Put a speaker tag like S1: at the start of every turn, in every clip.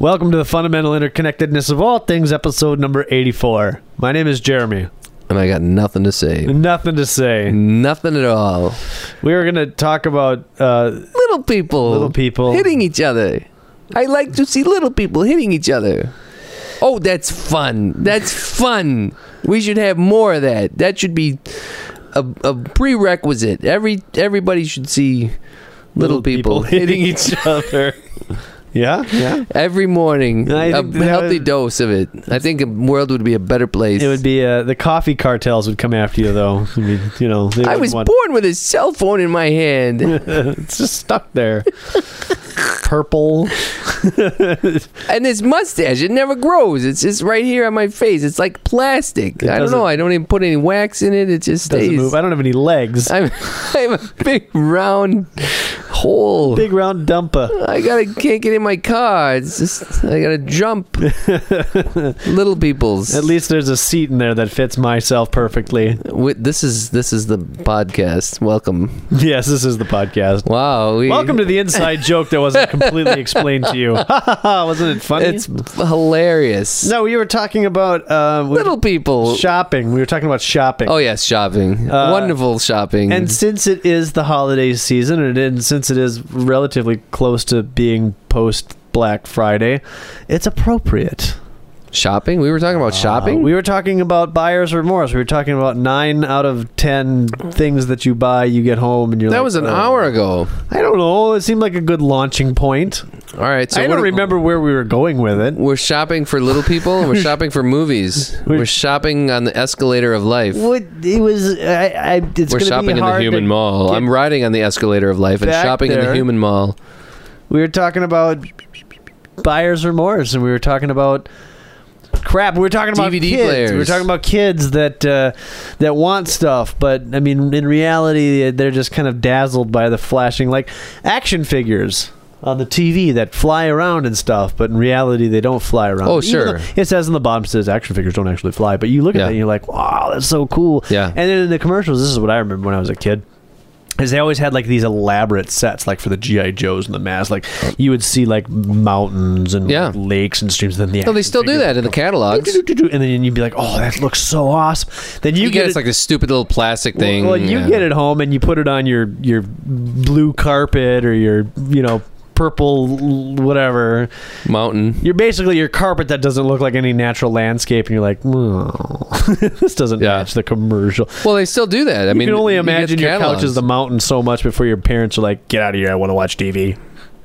S1: Welcome to the Fundamental Interconnectedness of All Things, episode number 84. My name is Jeremy.
S2: and I got nothing to say.
S1: Nothing to say.
S2: Nothing at all.
S1: We are going to talk about uh,
S2: Little people.
S1: Little people.
S2: Hitting each other. I like to see little people hitting each other. Oh, that's fun. That's fun. We should have more of that. That should be a, a prerequisite. Every everybody should see little, people, hitting each
S1: other. yeah? Yeah.
S2: every morning.
S1: I
S2: A
S1: think that
S2: healthy
S1: would-
S2: dose of it. I think the world would be a better place.
S1: It would be uh, the coffee cartels would come after you, though. I mean, you know, they
S2: I
S1: would
S2: was
S1: want-
S2: born with a cell phone in my hand.
S1: it's just stuck there. Purple.
S2: And this mustache, it never grows. It's just right here on my face. It's like plastic.
S1: It
S2: I don't
S1: doesn't-
S2: know. I don't even put any wax in it. It just
S1: Doesn't
S2: stays.
S1: move. I don't have any legs.
S2: I'm, I'm a big round hole.
S1: Big round dumper.
S2: I gotta can't get in my car. It's just I gotta jump. Little peoples.
S1: At least there's a seat in there that fits myself perfectly.
S2: Wi- this is this is the podcast. Welcome.
S1: Yes, this is the podcast.
S2: Wow. we-
S1: Welcome to the inside joke that wasn't completely explained to you. wasn't it funny?
S2: It's hilarious.
S1: no, we were talking about uh, we-
S2: Little people.
S1: shopping. We were talking about shopping.
S2: oh yes, shopping.
S1: Uh,
S2: Wonderful shopping.
S1: And since it is the holiday season, and, and since it is relatively close to being post Black Friday, it's appropriate.
S2: shopping. We were talking about shopping.
S1: Uh, we were talking about buyer's remorse. We were talking about nine out of ten things that you buy, you get home, and you're.
S2: that
S1: like,
S2: was an
S1: "Oh."
S2: hour ago.
S1: I don't know. It seemed like a good launching point.
S2: All right, so
S1: I
S2: what
S1: don't
S2: do-
S1: remember where we were going with it.
S2: We're shopping for little people. and We're shopping for movies.
S1: We're-
S2: We're shopping on the escalator of life.
S1: What it was, I, I it's
S2: We're
S1: gonna
S2: shopping
S1: be
S2: in
S1: hard
S2: the
S1: to-
S2: human mall.
S1: get
S2: I'm riding on the escalator of life and
S1: back
S2: shopping in
S1: there.
S2: the human mall.
S1: We were talking about buyer's remorse, and we were talking about crap. We were talking about
S2: DVD
S1: kids. We were
S2: players.
S1: talking about kids that uh, that want stuff, but I mean, in reality, they're just kind of dazzled by the flashing like action figures. On the TV that fly around and stuff, but in reality they don't fly around.
S2: Oh,
S1: Even
S2: sure.
S1: though It says in the bottom it says action figures don't actually fly, but you look at
S2: Yeah.
S1: that and you're like, wow, that's so cool.
S2: Yeah.
S1: And then in the commercials, this is what I remember when I was a kid is they always had like these elaborate sets like for the gi joes and the mass like you would see like mountains and
S2: Yeah.
S1: like, lakes and streams and then the
S2: No, they
S1: action
S2: still do
S1: figures
S2: that in the
S1: would
S2: catalogs.
S1: go do-do-do-do, and then you'd be like oh that looks so awesome then you,
S2: You
S1: get,
S2: get it's
S1: it,
S2: like this stupid little plastic thing.
S1: well you
S2: yeah.
S1: get it home and you put it on your your blue carpet or your you know purple whatever
S2: Mountain.
S1: you're basically your carpet that doesn't look like any natural landscape and you're like oh, this doesn't
S2: Yeah.
S1: match the commercial
S2: Well, they still do that. I mean,
S1: you can only
S2: get
S1: imagine your couch is
S2: catalogs.
S1: the mountain so much before your parents are like, "Get out of here! I want to watch TV."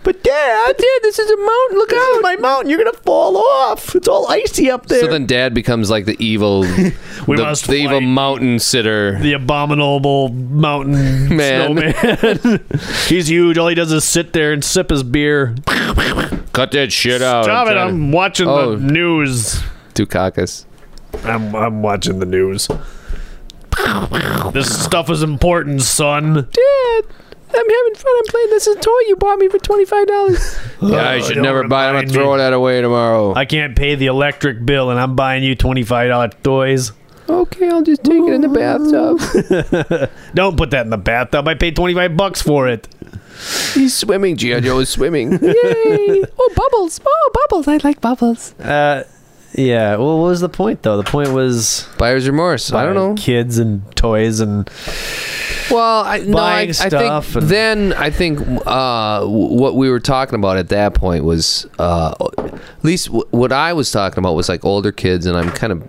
S1: But dad,
S2: But Dad, this is a mountain. Look
S1: this
S2: out!
S1: is my mountain. You're gonna fall off. It's all icy up there.
S2: so then Dad becomes like the evil,
S1: we
S2: the,
S1: must
S2: the evil
S1: fight
S2: mountain sitter.
S1: the abominable mountain
S2: Man.
S1: snowman. He's huge. All he does is sit there and sip his beer.
S2: Cut that shit out!
S1: Stop it! I'm watching
S2: Oh.
S1: the news.
S2: Dukakis.
S1: I'm I'm watching the news. This stuff is important, son.
S2: Dad, I'm having fun. I'm playing. This is a toy you bought me for twenty five dollars. yeah, I
S1: Oh,
S2: should
S1: don't
S2: never buy. it. I'm
S1: remind
S2: gonna throw
S1: me.
S2: that away tomorrow.
S1: I can't pay the electric bill, and I'm buying you twenty five dollar toys.
S2: okay, I'll just take it in the bathtub.
S1: Don't put that in the bathtub. I paid 25 bucks for it.
S2: He's swimming. G.I. Joe is swimming. Yay! Oh, bubbles! Oh, bubbles! I like bubbles.
S1: Uh, yeah. Well, what was the point, though? The point was
S2: Buyer's remorse. I don't know.
S1: Kids and toys and.
S2: Well, I, no, I,
S1: Buying
S2: I
S1: stuff
S2: think
S1: and-
S2: then I think uh, w- what we were talking about at that point was uh, at least w- what I was talking about was like older kids, and I'm kind of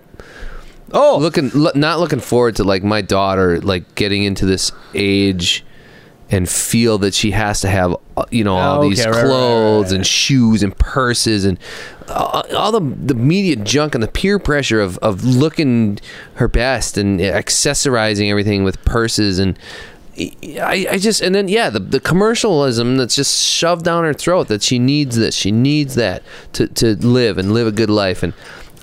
S2: oh looking lo- not looking forward to like my daughter like getting into this age and feel that she has to have uh, you know all
S1: Okay,
S2: these
S1: right, right, right,
S2: clothes
S1: right.
S2: and shoes and purses and uh, all the the media junk and the peer pressure of of looking her best and accessorizing everything with purses and I, I just and then yeah the, the commercialism that's just shoved down her throat that she needs this she needs that to, to live and live a good life and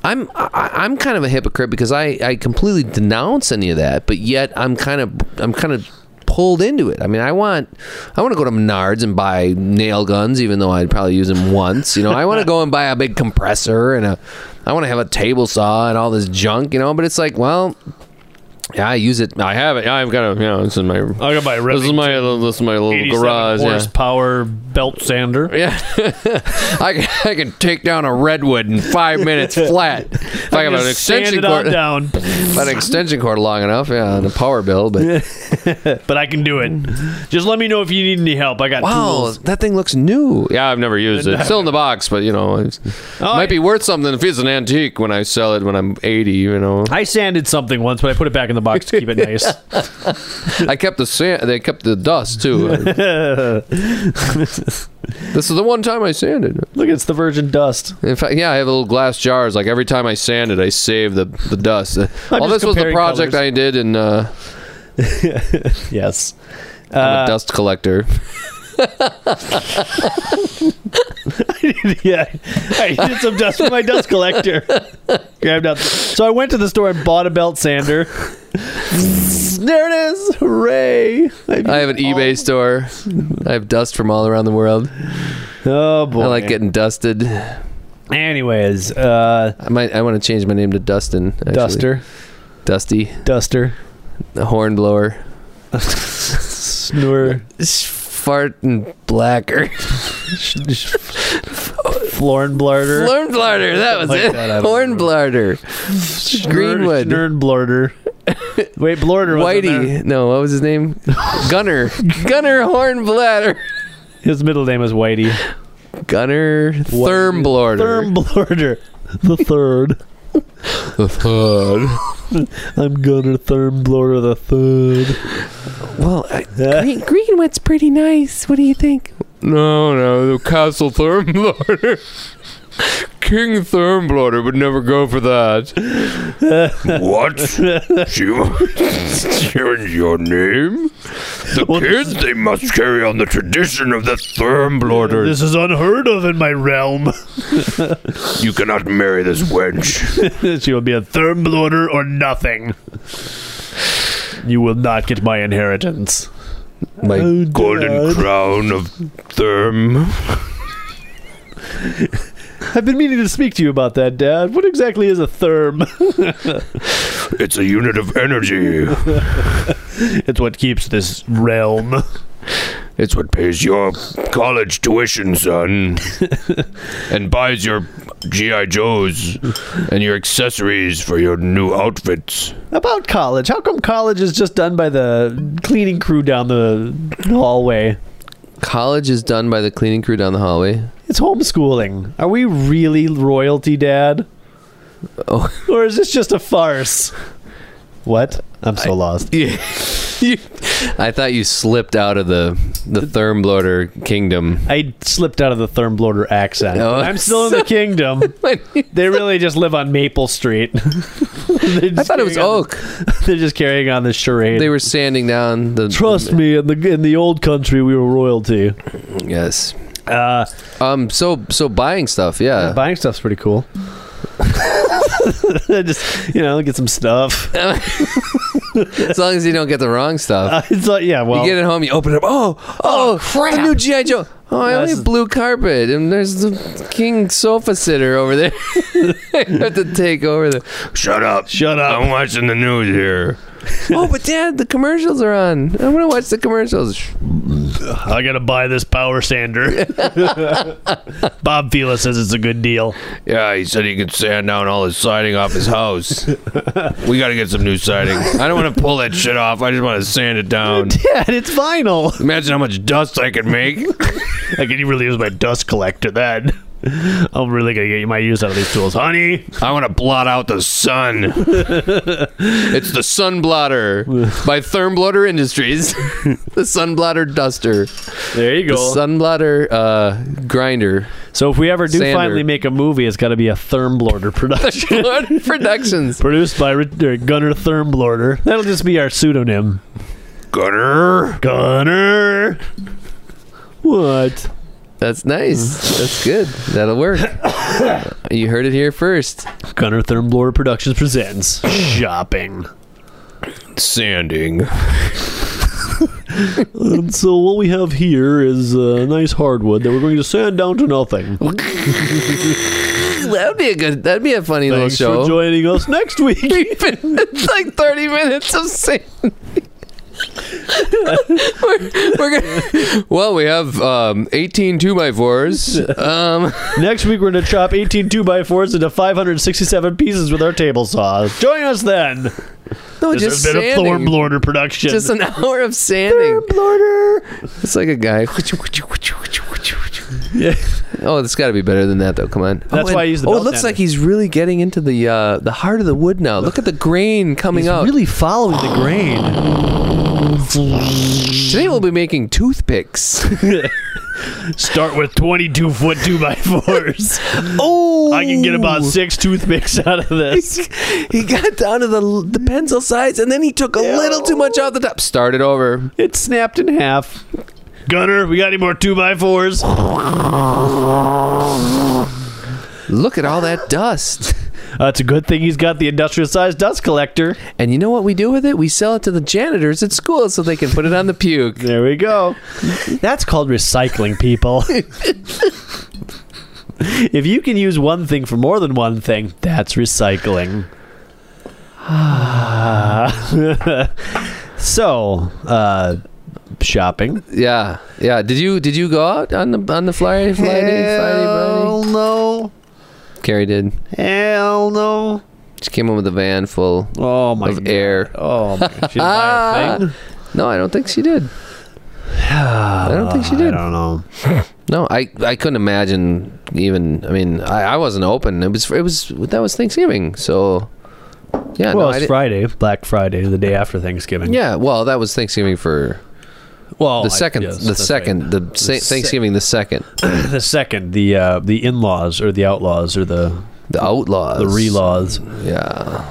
S2: I'm I, I'm kind of a hypocrite because I, I completely denounce any of that but yet I'm kind of I'm kind of pulled into it I mean I want I want to go to Menards and buy nail guns even though I'd probably use them once you know I want to go and buy a big compressor and a I want to have a table saw and all this junk you know but it's like well Yeah, I use it. I have it. I've got a. You know, this is my.
S3: I got my
S2: This is my. This is my little
S3: 87
S2: garage. Yeah.
S3: horsepower belt sander.
S2: Yeah, I, can, I can take down a redwood in five minutes flat. If I, have an
S3: Just sand
S2: extension
S3: it on
S2: cord, if
S3: down,
S2: I had an extension cord long enough, yeah, and a power bill. But
S3: but I can do it. Just let me know if you need any help. I got
S2: wow,
S3: tools.
S2: that thing looks new. Yeah, I've never used it. Still in the box, but you know, it's,
S3: Oh,
S1: Oh,
S2: might be worth something if it's an antique when I sell it when I'm 80. You know,
S3: I sanded something once, but I put it back in the box to keep it nice.
S2: I kept the sand. They kept the dust too. this is the one time I sanded.
S1: Look, it's the virgin dust.
S2: In fact, yeah, I have little glass jars. Like every time I sand it, I save the, the dust. well,
S1: just
S2: this was the
S1: comparing
S2: project
S1: colors.
S2: I did, and uh,
S1: Yes.
S2: I'm a
S1: Uh,
S2: dust collector.
S1: yeah, I needed some dust for my dust collector. Grabbed up. So I went to the store and bought a belt sander. there it is! Hooray!
S2: I
S3: Oh.
S2: have an eBay store. I have dust from all around the world.
S1: oh boy!
S2: I like getting dusted. I
S1: Anyways, uh,
S2: might. I want to change my name to Dustin. actually.
S1: duster,
S2: Dusty.
S1: duster,
S2: The horn blower.
S1: snore,
S2: Farting blacker.
S1: florin blarder,
S2: Horn blarder. That was
S1: Like
S2: it.
S1: that, I don't
S2: horn
S1: remember.
S2: blarder. Greenwood.
S1: snurn blarder. Wait, blarder. wasn't there.
S2: Whitey. No, what was his name? Gunner. Gunner Horn Bladder.
S1: His middle name is Whitey.
S2: Gunner Thurmblarder.
S1: Therm blarder, the third.
S2: The third.
S1: I'm gonna therm blarder the third.
S2: Well, uh, Green, Greenwood's pretty nice. What do you think? No, no, the Castle Thurmblarder. King Thurmblarder would never go for that. what? She- Change your name? The kids, they must carry on the tradition of the Thurmblarder.
S3: this is unheard of in my realm.
S2: You cannot marry this wench.
S3: she will be a Thurmbloader or nothing. You will not get my inheritance.
S2: My
S1: Oh, God.
S2: crown of Therm.
S1: I've been meaning to speak to you about that, Dad. What exactly is a therm?
S2: It's a unit of energy.
S3: It's what keeps this realm.
S2: It's what pays your college tuition, son. and buys your G.I. Joes and your accessories for your new outfits.
S1: About college. How come college is just done by the cleaning crew down the hallway?
S2: College is done by the cleaning crew down the hallway.
S1: It's homeschooling. Are we really royalty, Dad?
S2: Oh.
S1: Or is this just a farce? What? I'm so lost.
S2: Yeah. I thought you slipped out of the the Thermbloader kingdom.
S1: I slipped out of the Thurmbloader accent.
S2: Oh.
S1: I'm still in the kingdom.
S2: I
S1: They really just live on Maple Street. I
S2: thought it was oak.
S1: They're just carrying on this charade.
S2: They were sanding down the
S1: Trust me, in the in the old country, we were royalty.
S2: Yes.
S1: Uh,
S2: Um. So so buying stuff. Yeah.
S1: Buying stuff's pretty cool. just you know, get some stuff.
S2: as long as you don't get the wrong stuff.
S1: Uh, it's like yeah, well,
S2: you get it home. You open it up. Oh, oh, crap! The new GI Joe. Oh, I
S1: No,
S2: only
S1: this
S2: have blue carpet, and there's the king sofa sitter over there. I have to take over the. Shut up!
S1: shut up.
S4: I'm watching the news here.
S2: oh, but Dad, the commercials are on. I want to watch the commercials.
S3: I gotta buy this power sander. Bob Fila says it's a good deal.
S4: Yeah, he said he could sand down all his siding off his house. we got to get some new siding. I don't want to pull that shit off. I just want to sand it down.
S1: Dad, it's vinyl.
S4: Imagine how much dust I could make.
S3: I could really use my dust collector then. I'm really gonna get my use out of these tools, honey.
S4: I want to blot out the sun.
S2: It's the Sun Blotter by Thermblotter Industries. the Sun Blotter Duster.
S1: There you
S2: The Sun Blotter uh, Grinder.
S1: So if we ever do
S2: Sander.
S1: finally make a movie, it's got to be a Thurmblorder production.
S2: Productions.
S1: Produced by Ri- or Gunnar Thurmblorder. That'll just be our pseudonym.
S4: Gunner.
S1: Gunner. What?
S2: That's nice. That's good. That'll work. you heard it here first.
S1: Gunnar Thurmblorder Productions presents shopping.
S4: Sanding.
S1: And so what we have here is uh, nice hardwood that we're going to sand down to nothing.
S2: that'd be a good. That'd be a funny
S1: Thanks
S2: little
S1: for
S2: show.
S1: joining us next week.
S2: We've been- it's like thirty minutes of saying. we're, we're gonna, well, we have um, 18 two by fours. Um,
S1: next week we're going to chop 18 2 by 4s into 567 pieces with our table saw. Join us then.
S3: This
S2: no, Oh, just
S3: has been a Thorn
S2: sanding.
S3: Blorder production.
S2: Just an hour of sanding.
S1: Blorder.
S2: It's like a guy.
S1: Yeah.
S2: Oh, it's got to be better than that, though. Come on.
S1: That's
S2: oh,
S1: why I use the
S2: Oh, it
S1: belt
S2: looks
S1: sander.
S2: like he's really getting into the uh, the heart of the wood now. Look at the grain coming
S1: He's
S2: out.
S1: really following the grain.
S2: Today we'll be making toothpicks.
S3: Start with 22 foot 2x4s.
S2: oh,
S3: I can get about six toothpicks out of this.
S2: He got down to the the pencil size, and then he took a little too much off the top. Started over.
S1: It snapped in half.
S3: Gunner, we got any more 2x4s?
S2: Look at all that dust.
S1: Uh, it's a good thing he's got the industrial sized dust collector.
S2: And you know what we do with it? We sell it to the janitors at school so they can put it on the puke.
S1: There we go. That's called recycling, people. if you can use one thing for more than one thing, that's recycling. Ah. so, uh, shopping.
S2: Yeah, yeah. Did you did you go out on the on the flyer? Fly day, fly day, buddy?
S1: no.
S2: Carrie did.
S1: Hell no.
S2: She came in with a van full
S1: Oh, my
S2: of
S1: God.
S2: air.
S1: Oh, my. She didn't buy a thing?
S2: No, I don't think she did. I don't think she
S1: I
S2: did.
S1: don't know.
S2: No, I, I couldn't imagine even. I mean, I, I wasn't open. It was it was that was Thanksgiving, so yeah.
S1: well,
S2: no, I
S1: it's
S2: didn't-
S1: Friday, Black Friday, the day after Thanksgiving.
S2: yeah, well, that was Thanksgiving for
S1: Well,
S2: the
S1: Oh, I-
S2: second,
S1: yes,
S2: the
S1: that's right.
S2: second, the, sa-
S1: sec-
S2: Thanksgiving, the second,
S1: the second, the uh, the in-laws or the outlaws or the
S2: the outlaws,
S1: the relaws.
S2: Yeah,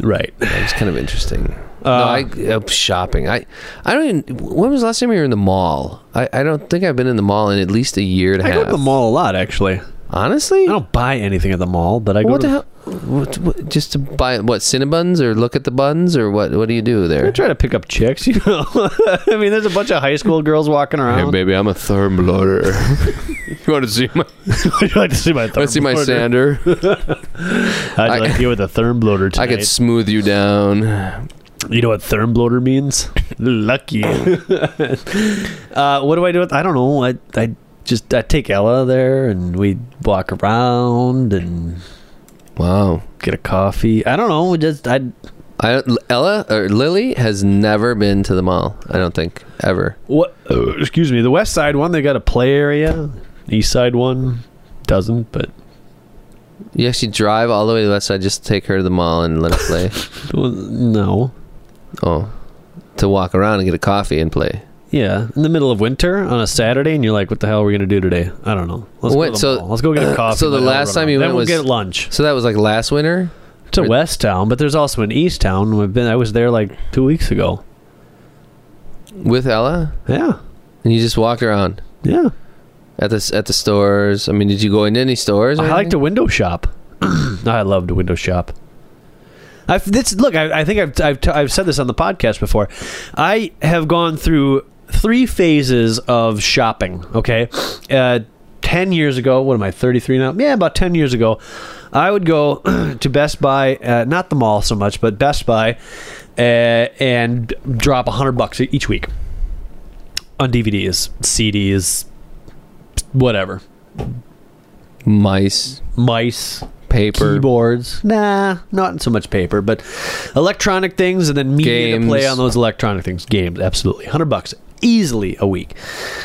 S1: Right.
S2: that was kind of interesting.
S1: Uh,
S2: no, I uh, shopping. I I don't even. When was the last time you were in the mall? I, I don't think I've been in the mall in at least a year and a
S1: I
S2: half.
S1: go to the mall a lot, actually. I
S2: Honestly,
S1: don't buy anything at the mall, but I go
S2: what
S1: to
S2: the hell? What, what, just to buy what Cinnabons or look at the buns or what? What do you do
S1: I
S2: there?
S1: try to pick up chicks, you know. I mean, there's a bunch of high school girls walking
S4: Hey,
S1: around.
S4: baby, I'm a third bloater. you want to see my?
S3: Would you like to see my
S2: I
S3: Thorn
S2: see my
S3: Blorder?
S2: sander.
S3: I'd
S2: I-
S3: like to hear what the Therm Bloater
S2: I
S3: tonight.
S2: could smooth you down.
S1: You know what therm bloater means?
S3: Lucky.
S1: Uh, what do I do with? I don't know. I I just I take Ella there and we walk around and
S2: Wow.
S1: get a coffee. I don't know. We just I
S2: I don't- Ella or Lily has never been to the mall. I don't think ever.
S1: What? Uh, excuse me. The West Side one, they got a play area. East Side one doesn't, but
S2: You actually drive all the way to the west side just to take her to the mall and let her play.
S1: well, no.
S2: oh, to walk around and get a coffee and play.
S1: Yeah, in the middle of winter on a Saturday, and you're like, "What the hell are we gonna do today?" I don't know. Let's
S2: Wait,
S1: go. To the
S2: so- uh,
S1: mall. let's go get a coffee.
S2: so the
S1: let it all
S2: last
S1: run
S2: time
S1: out.
S2: you
S1: Then
S2: went
S1: we'll
S2: was-
S1: get lunch
S2: So that was like last winter.
S1: to West Town, but there's also an East Town. We've been. I was there like two weeks ago.
S2: with Ella,
S1: Yeah,
S2: and you just walked around
S1: yeah.
S2: at the at the stores. I mean, did you go into any stores? or
S1: I like
S2: anything?
S1: to window shop. I love to window shop. I've, this, look, I, I think I've, I've, t- I've said this on the podcast before. I have gone through three phases of shopping, okay? Uh, 10 years ago, what am I, 33 now? Yeah, about 10 years ago, I would go to Best Buy, uh, not the mall so much, but Best Buy, uh, and drop 100 bucks each week on DVDs, CDs, whatever.
S2: mice,
S1: Mice,
S2: paper,
S1: keyboards. Nah, not so much paper, but electronic things, and then media to play
S2: Games.
S1: on those electronic things. Games, absolutely, hundred bucks easily a week.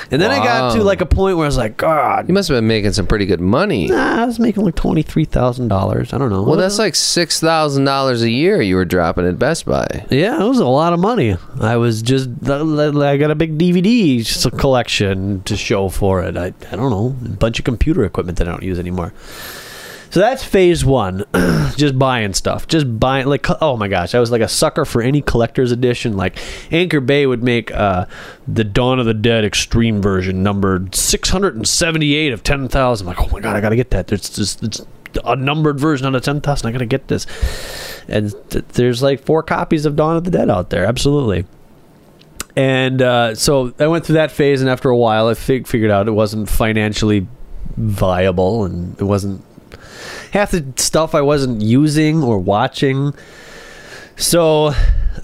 S1: And then I got to
S2: Wow.
S1: like a point where I was like, God,
S2: You must have been making some pretty good money.
S1: nah, I was making like twenty three thousand dollars. I don't know.
S2: Well, that's like six thousand dollars a year you were dropping at Best Buy.
S1: yeah, it was a lot of money. I was just I got a big DVD s- collection to show for it. I I don't know a bunch of computer equipment that I don't use anymore. So that's phase one, just buying stuff, just buying like co- oh my gosh, I was like a sucker for any collector's edition. Like Anchor Bay would make uh, the Dawn of the Dead Extreme version, numbered six hundred and seventy-eight of ten thousand. Like oh my god, I gotta get that. There's just it's a numbered version on a ten thousand. I gotta get this. And th- there's like four copies of Dawn of the Dead out there, absolutely. And uh, so I went through that phase, and after a while, I fig- figured out it wasn't financially viable, and it wasn't half the stuff I wasn't using or watching. So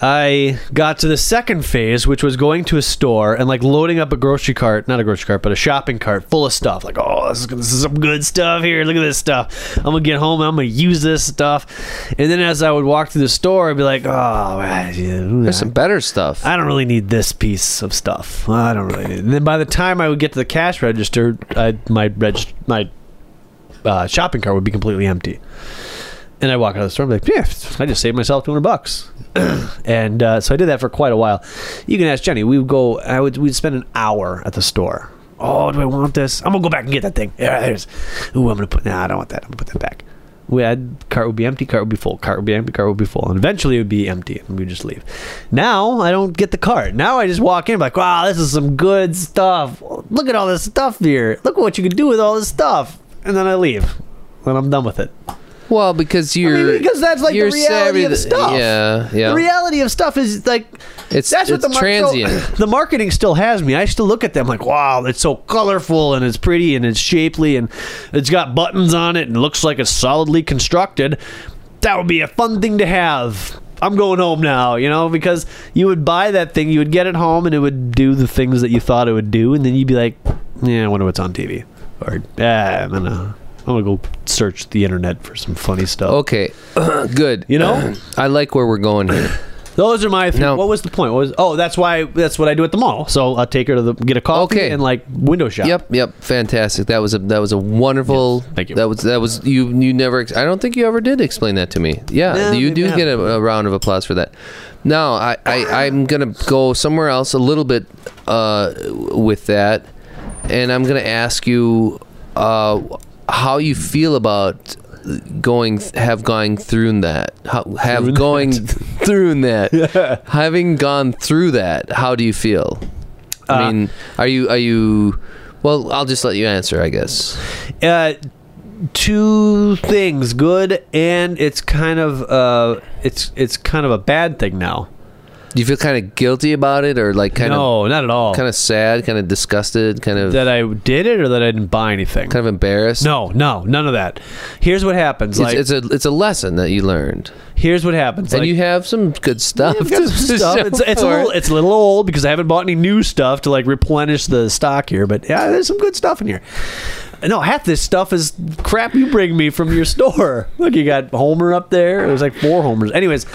S1: I got to the second phase, which was going to a store and like loading up a grocery cart, not a grocery cart, but a shopping cart full of stuff. Like, oh, this is, this is some good stuff here. Look at this stuff. I'm going to get home. I'm going to use this stuff. And then as I would walk through the store, I'd be like, oh, man,
S2: There's some better stuff.
S1: I don't really need this piece of stuff. I don't really need. It. And then by the time I would get to the cash register, I, my reg, my uh, shopping cart would be completely empty. And I walk out of the store. I'm like, yeah, I just saved myself 200 bucks. and uh, so I did that for quite a while. You can ask Jenny. We would go. I would. We'd spend an hour at the store. Oh, do I want this? I'm gonna go back and get that thing. Yeah, there's. Ooh, I'm gonna put. Nah, I don't want that. I'm gonna put that back. We had cart would be empty, cart would be full, cart would be empty, cart would be full, and eventually it would be empty, and we just leave. Now I don't get the cart. Now I just walk in like, wow, this is some good stuff. Look at all this stuff here. Look what you can do with all this stuff, and then I leave. Then I'm done with it.
S2: well, because you're
S1: because that's, like, the
S2: you're
S1: reality
S2: savvy
S1: of
S2: th-
S1: stuff.
S2: Yeah, yeah.
S1: The reality of stuff is like
S2: It's-
S1: that's what
S2: it's
S1: the mar-
S2: transient.
S1: so- the marketing still has me. I still look at them like, wow, it's so colorful and it's pretty and it's shapely and it's got buttons on it and looks like it's solidly constructed. That would be a fun thing to have. I'm going home now, you know, because you would buy that thing, you would get it home, and it would do the things that you thought it would do, and then you'd be like, "Yeah, I wonder what's on TV," or "Ah, "Yeah, I'm gonna, I'm gonna go search the internet for some funny stuff."
S2: okay, good.
S1: You know?
S2: I like where we're going here.
S1: Those are my. Three.
S2: No.
S1: What was the point? What was oh, that's why that's what I do at the mall. So I'll take her to the get a coffee
S2: Okay.
S1: and like window shop.
S2: Yep, yep, fantastic. That was a that was a wonderful.
S1: thank you.
S2: That was that was you you never. ex- I don't think you ever did explain that to me. Uh, Yeah,
S1: No,
S2: you
S1: maybe
S2: do
S1: not.
S2: get a, a round of applause for that. Now I, I I'm gonna go somewhere else a little bit uh, with that, and I'm gonna ask you uh, how you feel about going have gone through that how, have going through that having gone through that how do you feel I mean, are you are you? Well, I'll just let you answer, I guess.
S1: Uh, two things, good and it's kind of uh, it's it's kind of a bad thing now.
S2: Do you feel kind of guilty about it, or like kind of
S1: no, not at all.
S2: kind of sad, kind of disgusted, kind of
S1: that I did it or that I didn't buy anything.
S2: kind of embarrassed?
S1: no, no, none of that. Here's what happens.
S2: It's,
S1: Like
S2: it's a it's a lesson that you learned,
S1: here's what happens.
S2: and
S1: like,
S2: you have some good stuff.
S1: I've got some
S2: to
S1: stuff.
S2: show
S1: It's, it's a
S2: for it.
S1: little it's a little old because I haven't bought any new stuff to like replenish the stock here. But yeah, there's some good stuff in here. No, half this stuff is crap you bring me from your store. Look, you got Homer up there. It was like four Homers. Anyways,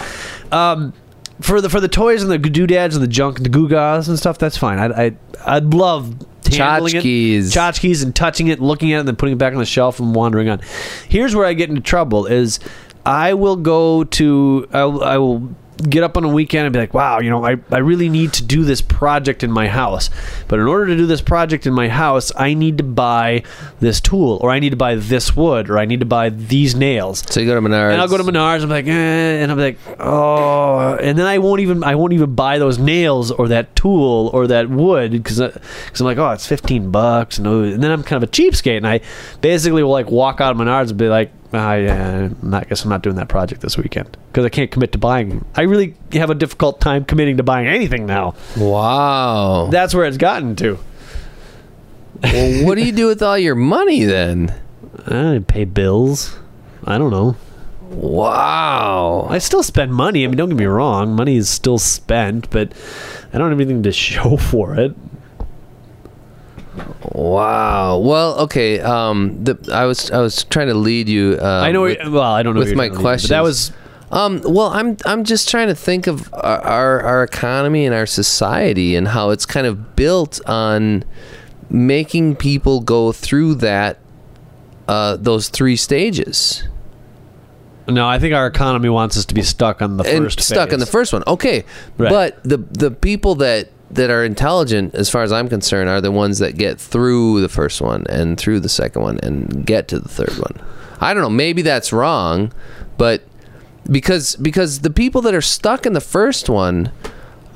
S1: um, for the for the toys and the doodads and the junk and the goo-gaws and stuff, that's fine. I I I'd love handling it
S2: Tchotchkes.
S1: tchotchkes and touching it, looking at it, and then putting it back on the shelf and wandering on. Here's where I get into trouble: is I will go to I, will- I will get up on a weekend and be like, wow, you know, I, I really need to do this project in my house. But in order to do this project in my house, I need to buy this tool, or I need to buy this wood, or I need to buy these nails.
S2: So you go to Menards,
S1: And I'll go to Menards. I'm like, eh, and I'm like, oh, and then I won't even I won't even buy those nails or that tool or that wood because because I'm like, oh, it's 15 bucks, and, oh, and then I'm kind of a cheapskate, and I basically will like walk out of Menards and be like, ah, yeah, I'm not, I guess I'm not doing that project this weekend because I can't commit to buying. I really have a difficult time committing to buying anything now.
S2: Wow.
S1: That's where it's gotten to.
S2: well, what do you do with all your money then?
S1: I pay bills. I don't know.
S2: Wow.
S1: I still spend money. I mean, don't get me wrong, money is still spent, but I don't have anything to show for it.
S2: Wow. Well, okay. Um, the, I was I was trying to lead you. Uh,
S1: I know.
S2: with-
S1: well, I don't know.
S2: with
S1: what you're
S2: my
S1: trying to do, but that
S2: questions.
S1: was
S2: Um, well, I'm I'm just trying to think of our, our our economy and our society and how it's kind of built on making people go through that uh, those three stages
S1: no. I think our economy wants us to be stuck on the
S2: and
S1: first
S2: stuck
S1: phase.
S2: in the first one. Okay,
S1: Right.
S2: but the the people that that are intelligent, as far as I'm concerned, are the ones that get through the first one and through the second one and get to the third one. I don't know. Maybe that's wrong, but because because the people that are stuck in the first one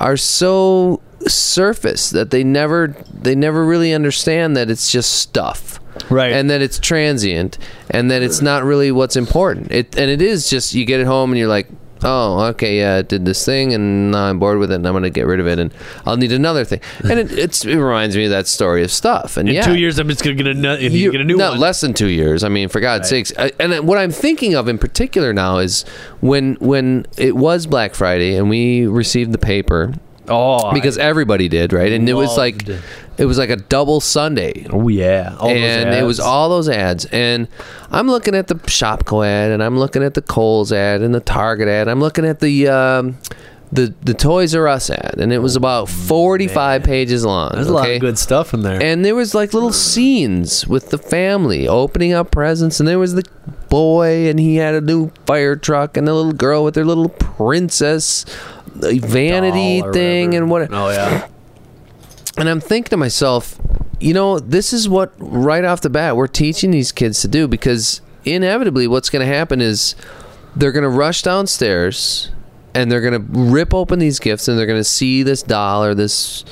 S2: are so surface that they never they never really understand that it's just stuff
S1: Right.
S2: and that it's transient and that it's not really what's important it and it is just you get it home and you're like oh, okay, yeah, it did this thing, and now I'm bored with it, and I'm going to get rid of it, and I'll need another thing. And it, it's, it reminds me of that story of stuff. And
S3: In
S2: yeah,
S3: two years, I'm just gonna get a, nu- and
S2: you-
S3: you, get a new
S2: no,
S3: one.
S2: less than two years. I mean, for God's sakes. I, and then what I'm thinking of in particular now is when when it was Black Friday and we received the paper
S3: oh,
S2: because everybody did, right? And it was like
S3: loved-
S2: it was like a double Sunday.
S1: Oh yeah, all
S2: and it was all those ads. And I'm looking at the Shopco ad, and I'm looking at the Kohl's ad, and the Target ad. I'm looking at the um, the the Toys R Us ad, and it was about 45 pages long.
S1: Oh, There's a lot of good stuff in there.
S2: And there was like little scenes with the family opening up presents, and there was the boy, and he had a new fire truck, and the little girl with their little princess uh, vanity
S1: Doll or
S2: thing,
S1: whatever.
S2: and what.
S1: Oh yeah,
S2: And I'm thinking to myself, you know, this is what right off the bat we're teaching these kids to do because inevitably what's going to happen is they're going to rush downstairs and they're going to rip open these gifts and they're going to see this doll or this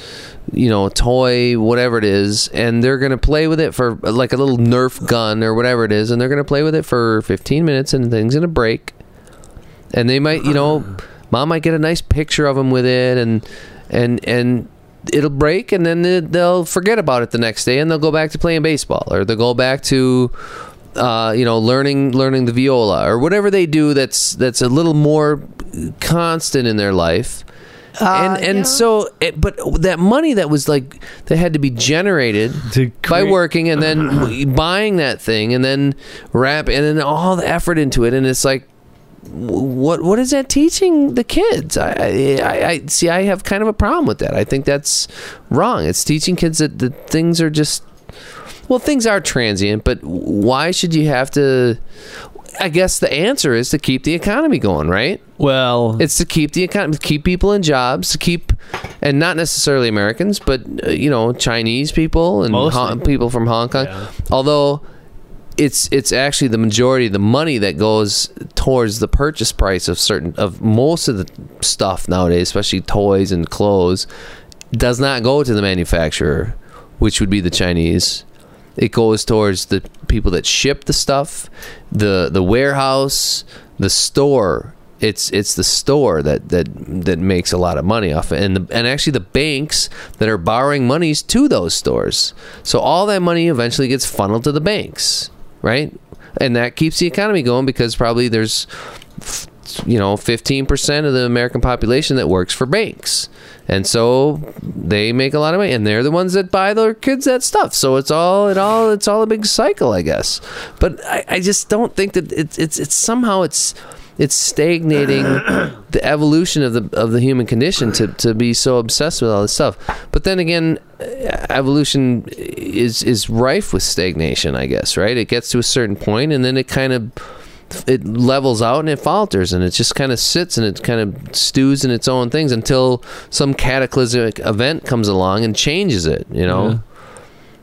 S2: you know toy whatever it is and they're going to play with it for like a little nerf gun or whatever it is and they're going to play with it for 15 minutes and things going to break and they might you know mom might get a nice picture of him with it and and and it'll break and then they- they'll forget about it the next day and they'll go back to playing baseball or they'll go back to uh, you know learning learning the viola or whatever they do that's that's a little more constant in their life and and so it, but that money that was like that had to be generated
S1: To
S2: by
S1: create-
S2: working and then buying that thing and then wrap and then all the effort into it and it's like what what is that teaching the kids? I, I I- I see. I have kind of a problem with that. I think that's wrong. It's teaching kids that, that things are just well, things are transient. But why should you have to? I guess the answer is to keep the economy going, right?
S1: well,
S2: It's to keep the economy, keep people in jobs, to keep, and not necessarily Americans, but uh, you know Chinese people and
S3: Mostly.
S2: Hong, people from Hong Kong.
S3: Yeah.
S2: Although it's it's actually the majority of the money that goes towards the purchase price of certain of most of the stuff nowadays, especially toys and clothes, does not go to the manufacturer, which would be the Chinese. It goes towards the people that ship the stuff, the the warehouse, the store. It's it's the store that that that makes a lot of money off it, and the, and actually the banks that are borrowing monies to those stores. So all that money eventually gets funneled to the banks, right? And that keeps the economy going because probably there's you know 15% of the american population that works for banks and so they make a lot of money and they're the ones that buy their kids that stuff so it's all it all it's all a big cycle i guess but i, I just don't think that it's it's it's somehow it's it's stagnating the evolution of the of the human condition to, to be so obsessed with all this stuff but then again uh, evolution is is rife with stagnation i guess right it gets to a certain point and then it kind of it levels out and it falters and it just kind of sits and it kind of stews in its own things until some cataclysmic event comes along and changes it you know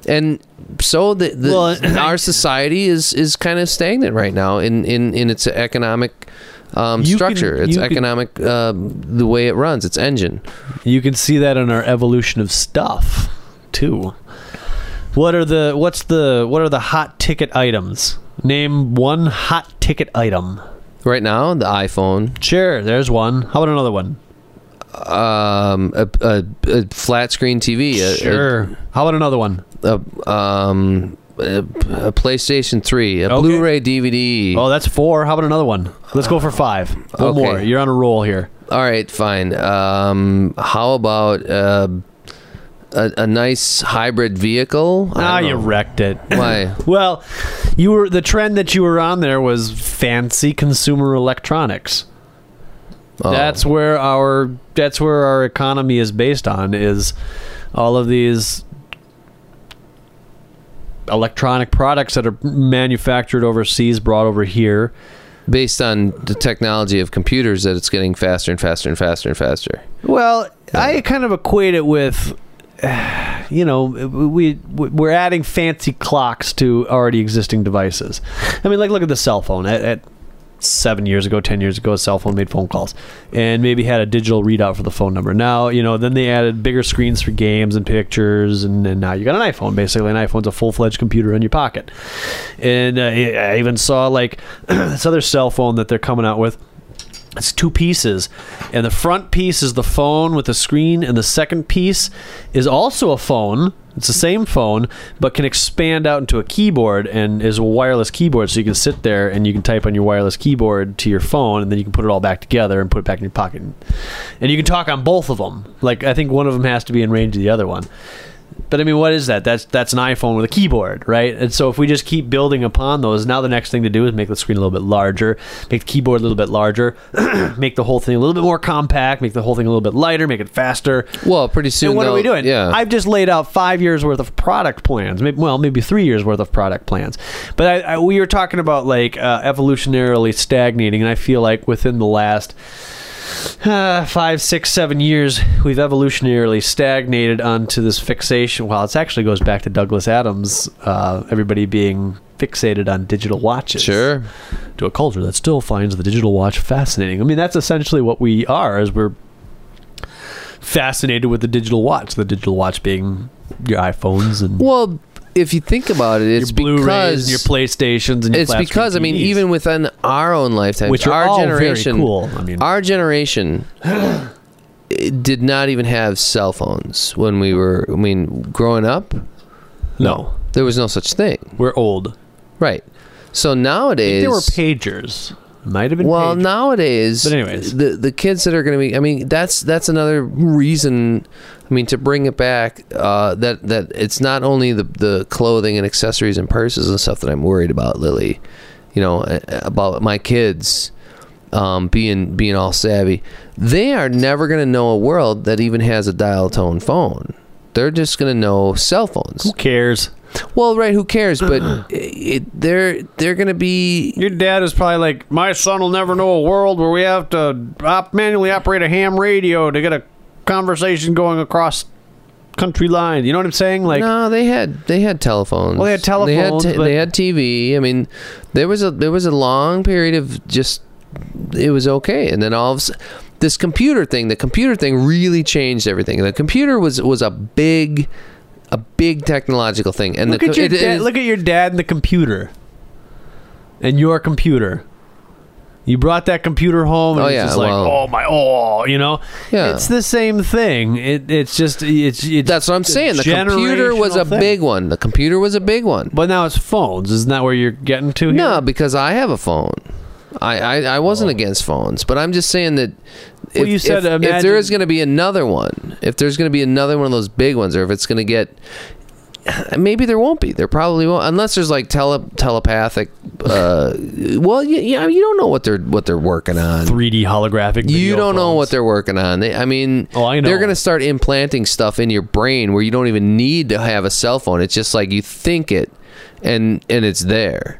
S2: and so the, the
S1: Well,
S2: our society is is kind of stagnant right now in in in its economic um,
S1: You can-
S2: structure its
S1: you can-
S2: economic uh, the way it runs its engine
S1: you can see that in our evolution of stuff too. What are the what's the what are the hot ticket items? Name one hot ticket item.
S2: right now the iphone
S1: Sure, there's one. How about another one?
S2: um a, a, a flat screen tv a- a-
S1: How about another one?
S2: a um a, a PlayStation 3, a
S1: Okay.
S2: Blu-ray DVD.
S1: Oh, that's four. How about another one? Let's go for five. One
S2: Okay.
S1: more. You're on a roll here.
S2: All right, fine. Um how about uh, a a nice hybrid vehicle? I
S1: Ah,
S2: don't
S1: you
S2: know.
S1: wrecked it.
S2: Why?
S1: Well, you were the trend that you were on there was fancy consumer electronics.
S2: Oh.
S1: That's where our that's where our economy is based on is all of these electronic products that are manufactured overseas, brought over here.
S2: based on the technology of computers that it's getting faster and faster and faster and faster.
S1: Well, I kind of equate it with, you know, we we're adding fancy clocks to already existing devices. I mean, like look at the cell phone. At, at seven years ago, ten years ago, a cell phone made phone calls and maybe had a digital readout for the phone number. Now, you know, then they added bigger screens for games and pictures, and, and now you got an iPhone. Basically, an iPhone's a full fledged computer in your pocket. And uh, I I even saw like this other cell phone that they're coming out with It's two pieces. And the front piece is the phone with a screen, and the second piece is also a phone. It's the same phone, but can expand out into a keyboard and is a wireless keyboard. So you can sit there and you can type on your wireless keyboard to your phone, and then you can put it all back together and put it back in your pocket. And you can talk on both of them. Like, I think one of them has to be in range of the other one. But I mean, what is that? That's that's an iPhone with a keyboard, right? And so if we just keep building upon those, now the next thing to do is make the screen a little bit larger, make the keyboard a little bit larger, make the whole thing a little bit more compact, make the whole thing a little bit lighter, make it faster.
S2: Well, pretty soon.
S1: And what are we
S2: they'll-
S1: doing?
S2: Yeah.
S1: I've just laid out five years worth of product plans. Maybe, well, maybe three years worth of product plans. But I, I, we were talking about like uh, evolutionarily stagnating, and I feel like within the last uh, five, six, seven years, we've evolutionarily stagnated onto this fixation. Well, it actually goes back to Douglas Adams, uh, everybody being fixated on digital watches
S2: sure.
S1: to a culture that still finds the digital watch fascinating. I mean, that's essentially what we are, is we're fascinated with the digital watch. The digital watch being your iPhones and
S2: Well, if you think about it, it's
S1: your Blu-rays, and
S2: because
S1: your PlayStations, and your
S2: it's
S1: flat
S2: because I
S1: screen
S2: mean,
S1: TVs,
S2: even within our own lifetime,
S1: which are
S2: our
S1: all
S2: generation,
S1: very cool. I mean,
S2: our generation it did not even have cell phones when we were. I mean, growing up,
S1: no,
S2: there was no such thing,
S1: we're old.
S2: right? So nowadays,
S1: There were pagers. Might have been
S2: well,
S1: pagers.
S2: nowadays,
S1: But anyways.
S2: the the kids that are going to be, I mean, that's that's another reason. I mean, to bring it back, uh, that that it's not only the the clothing and accessories and purses and stuff that I'm worried about, Lily. You know, uh, about my kids um, being being all savvy. They are never going to know a world that even has a dial tone phone. They're just going to know cell phones.
S1: Who cares?
S2: Well, right? Who cares? But it, it, they're they're going to be
S1: Your dad is probably like, my son will never know a world where we have to op- manually operate a ham radio to get a conversation going across country lines. You know what I'm saying? Like,
S2: no, they had they had telephones.
S1: Well, they had telephones,
S2: They had,
S1: but-
S2: they had TV. I mean, there was a there was a long period of just it was okay, and then all of a sudden, this computer thing. The computer thing really changed everything. The computer was was a big a big technological thing, and
S1: look
S2: the,
S1: at your
S2: it-
S1: dad.
S2: it-
S1: look at your dad and the computer, and your computer. You brought that computer home, and
S2: Oh,
S1: it's
S2: yeah,
S1: just like,
S2: well-
S1: oh my, oh, you know,
S2: Yeah.
S1: it's the same thing. It, it's just, it's, it's
S2: that's what I'm saying. The computer was a
S1: generational thing.
S2: big one. The computer was a big one.
S1: But now it's phones. Isn't that where you're getting to? Here? Oh.
S2: No, because I have a phone. I, I, I wasn't against phones, but I'm just saying that if,
S1: Well, you said
S2: if, if
S1: imagine-
S2: there is going to be another one, if there's going to be another one of those big ones, or if it's going to get, maybe there won't be. There probably won't, unless there's like tele, telepathic. Uh, well, you, you, know, you don't know what they're what they're working on.
S1: 3D holographic.
S2: You
S1: video
S2: don't know
S1: phones.
S2: what they're working on. They, I mean,
S1: Oh, I know.
S2: they're going to start implanting stuff in your brain where you don't even need to have a cell phone. It's just like you think it, and and it's there,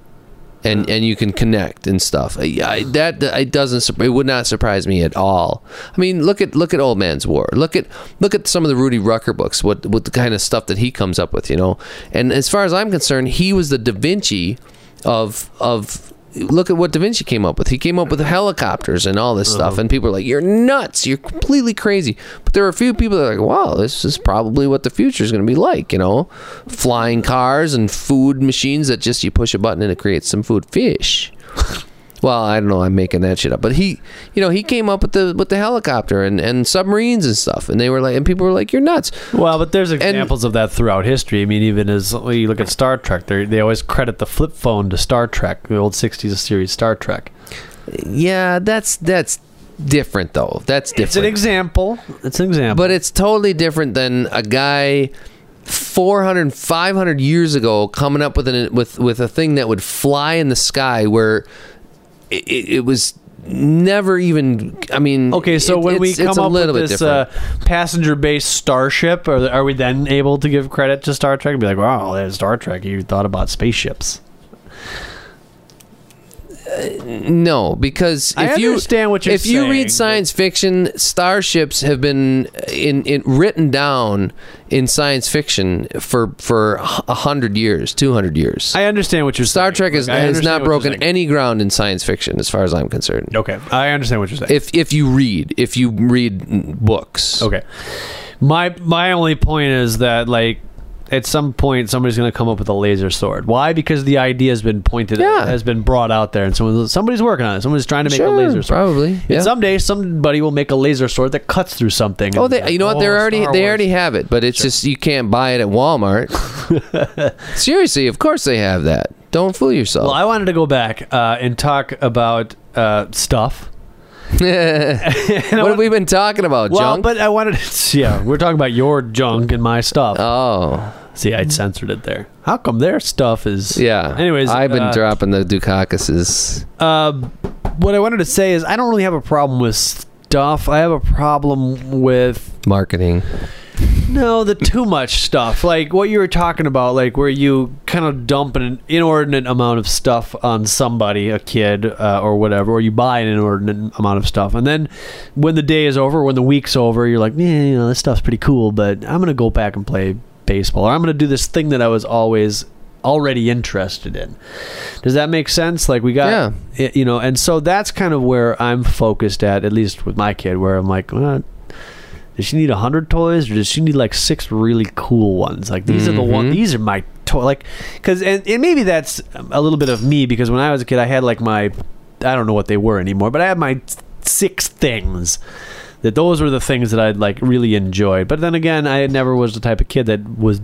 S2: and and you can connect and stuff. I, I, that it doesn't. sur- It would not surprise me at all. I mean, look at look at Old Man's War. Look at look at some of the Rudy Rucker books. What what the kind of stuff that he comes up with, you know. And as far as I'm concerned, he was the Da Vinci of of look at what Da Vinci came up with. He came up with helicopters and all this
S1: Uh-huh.
S2: stuff, and people are like, "You're nuts! You're completely crazy." But there are a few people that are like, "Wow, this is probably what the future is going to be like." You know, flying cars and food machines that just you push a button and it creates some food, fish. Well, I don't know. I'm making that shit up, but he, you know, he came up with the with the helicopter and, and submarines and stuff, and they were like, and people were like, "You're nuts."
S1: Well, but there's examples of that throughout history. I mean, even as well, you look at Star Trek, they they always credit the flip phone to Star Trek, the old '60s series Star Trek.
S2: Yeah, that's that's different though. That's different.
S1: It's an example. It's an example.
S2: But it's totally different than a guy 400 500 years ago coming up with an with with a thing that would fly in the sky where it, it, it was never even I mean
S1: okay, so
S2: it-
S1: when we
S2: it's- it's
S1: come
S2: a
S1: up
S2: little
S1: with
S2: bit
S1: this
S2: different.
S1: uh, passenger-based starship, are, are we then able to give credit to Star Trek and be like, "Wow, that's Star Trek. You thought about spaceships."
S2: no because if
S1: uh, I
S2: you
S1: understand what you're
S2: if you
S1: saying,
S2: read
S1: but-
S2: science fiction starships have been in, in written down in science fiction for for 100 years 200 years
S1: I understand what you're
S2: Star
S1: saying.
S2: Trek is,
S1: Like, I
S2: has
S1: understand
S2: not
S1: what you're
S2: broken
S1: saying.
S2: any ground in science fiction, as far as I'm concerned.
S1: Okay, I understand what you're saying.
S2: If if you read, if you read mm, books,
S1: Okay. My my only point is that like at some point somebody's going to come up with a laser sword. Why? Because the idea has been pointed,
S2: Yeah.
S1: has been brought out there, and someone, somebody's working on it. Someone's trying to make
S2: Sure,
S1: a laser sword.
S2: probably,
S1: And
S2: yeah.
S1: someday somebody will make a laser sword that cuts through something.
S2: Oh,
S1: And-
S2: they, you know what?
S3: Oh,
S2: They're already
S3: Star
S2: they
S3: Wars.
S2: already have it, but it's just you can't buy it at Walmart. Seriously, of course they have that. Don't fool
S1: Well,
S2: yourself.
S1: I wanted to go back uh, and talk about uh, stuff.
S2: what have we been talking about,
S1: Well,
S2: junk?
S1: but I wanted to, yeah, we're talking about your junk and my stuff.
S2: oh,
S1: See, I censored it there. How come their stuff is
S2: yeah.
S1: Anyways,
S2: I've been
S1: uh,
S2: dropping the Dukakis.
S1: Um, what I wanted to say is I don't really have a problem with stuff. I have a problem with
S2: marketing.
S1: no, the too much stuff. Like what you were talking about, like where you kind of dump an inordinate amount of stuff on somebody, a kid uh, or whatever, or you buy an inordinate amount of stuff, and then when the day is over, when the week's over, you're like, yeah, you know, this stuff's pretty cool, but I'm gonna go back and play baseball, or I'm gonna do this thing that I was always already interested in. Does that make sense? Like we got,
S2: Yeah.
S1: y- you know, and so that's kind of where I'm focused at, at least with my kid, where I'm like, well, does she need a hundred toys, or does she need like six really cool ones? Like these are the one.
S2: Mhm.
S1: These are my toy. Like because and, and maybe that's a little bit of me because when I was a kid, I had like my I don't know what they were anymore, but I had my six things. That those were the things that I'd like really enjoyed. But then again, I never was the type of kid that was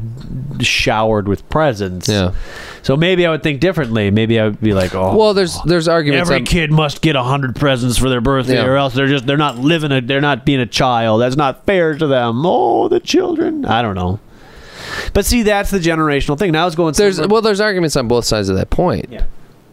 S1: showered with presents.
S2: Yeah.
S1: So maybe I would think differently. Maybe I would be like, oh,
S2: Well, there's there's arguments.
S1: every
S2: on-
S1: kid must get a hundred presents for their birthday,
S2: Yeah.
S1: or else they're just they're not living a they're not being a child. That's not fair to them. Oh, the children. I don't know. But see, that's the generational thing. Now I was going.
S2: there's well there's arguments on both sides of that point.
S1: Yeah.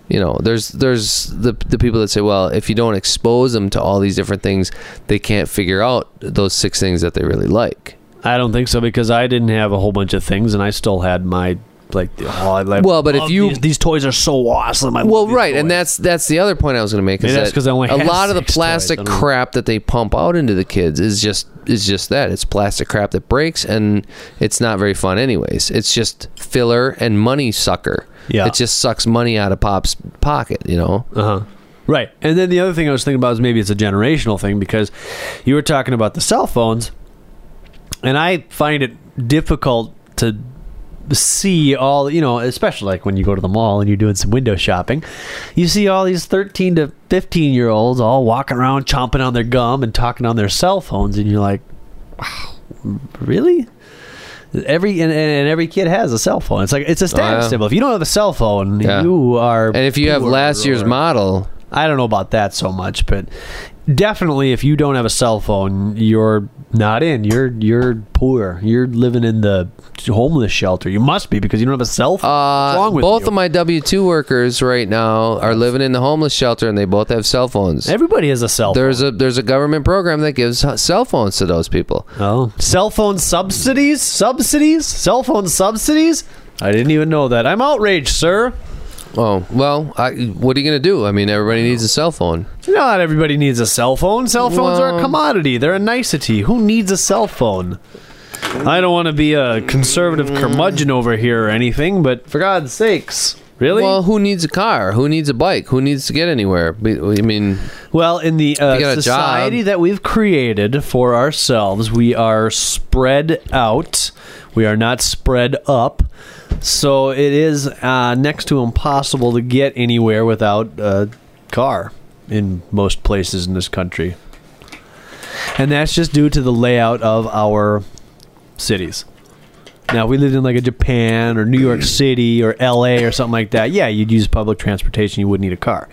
S2: You know, there's there's the the people that say, well, if you don't expose them to all these different things, they can't figure out those six things that they really like.
S1: I don't think so because I didn't have a whole bunch of things, and I still had my like. the- Oh, I like
S2: Well, but if
S1: love
S2: you-
S1: these, these toys are so awesome. I
S2: Well,
S1: love these
S2: right, and
S1: toys.
S2: that's that's the other point I was going to make is
S1: Maybe that's
S2: that
S1: 'cause I only
S2: a
S1: had
S2: lot of the
S1: six toys,
S2: plastic
S1: I don't know.
S2: crap that they pump out into the kids is just is just that it's plastic crap that breaks and it's not very fun anyways. It's just filler and money sucker.
S1: Yeah.
S2: it just sucks money out of pop's pocket. You know,
S1: Uh-huh. Right. And then the other thing I was thinking about is maybe it's a generational thing because you were talking about the cell phones and I find it difficult to see all, you know, especially like when you go to the mall and you're doing some window shopping, you see all these 13 to 15 year olds all walking around chomping on their gum and talking on their cell phones and you're like, "Wow, really?" Every and, and every kid has a cell phone. It's like it's a status
S2: Oh, yeah.
S1: symbol. If you don't have a cell phone,
S2: Yeah.
S1: you are
S2: and if you have
S1: poor
S2: last year's
S1: or-
S2: model,
S1: I don't know about that so much, but definitely if you don't have a cell phone, you're not in. You're you're poor. You're living in the homeless shelter. You must be because you don't have a cell phone. What's
S2: Uh,
S1: wrong with
S2: both
S1: you?
S2: of my W two workers right now are living in the homeless shelter, and they both have cell phones.
S1: Everybody has a cell phone.
S2: There's a there's a government program that gives h- cell phones to those people.
S1: Oh. Cell phone subsidies? Subsidies? Cell phone subsidies? I didn't even know that. I'm outraged, sir.
S2: Oh well, I, what are you gonna do? I mean, everybody needs a cell phone.
S1: Not everybody needs a cell phone. Cell phones are a
S2: Well-
S1: commodity. They're a nicety. Who needs a cell phone? I don't want to be a conservative curmudgeon over here or anything, but for God's sakes, really?
S2: Well,
S1: Well,
S2: who needs a car? Who needs a bike? Who needs to get anywhere? Be- I mean,
S1: in the
S2: you got
S1: uh,
S2: a
S1: society
S2: job-
S1: that we've created for ourselves, we are spread out. We are not spread up. So it is uh, next to impossible to get anywhere without a car in most places in this country. and that's just due to the layout of our cities. Now, if we lived in like a Japan or New York City or LA or something like that, yeah, you'd use public transportation. You wouldn't need a car.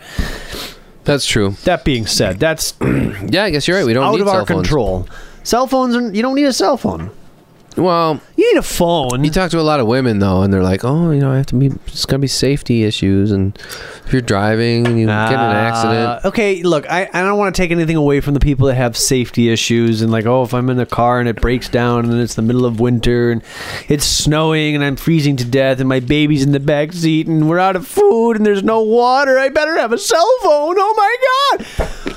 S2: that's true.
S1: That being said, that's
S2: Yeah, I guess you're right. We don't
S1: out
S2: need
S1: of our
S2: cell phones.
S1: control. Cell phones, are, you don't need a cell phone.
S2: Well,
S1: You need a phone.
S2: you talk to a lot of women though, and they're like, "Oh, you know, I have to be. It's gonna be safety issues, and if you're driving and you get in an accident."
S1: Uh, okay, look, I, I don't want to take anything away from the people that have safety issues and like, oh, if I'm in a car and it breaks down and it's the middle of winter and it's snowing and I'm freezing to death and my baby's in the back seat and we're out of food and there's no water, I better have a cell phone. Oh my god.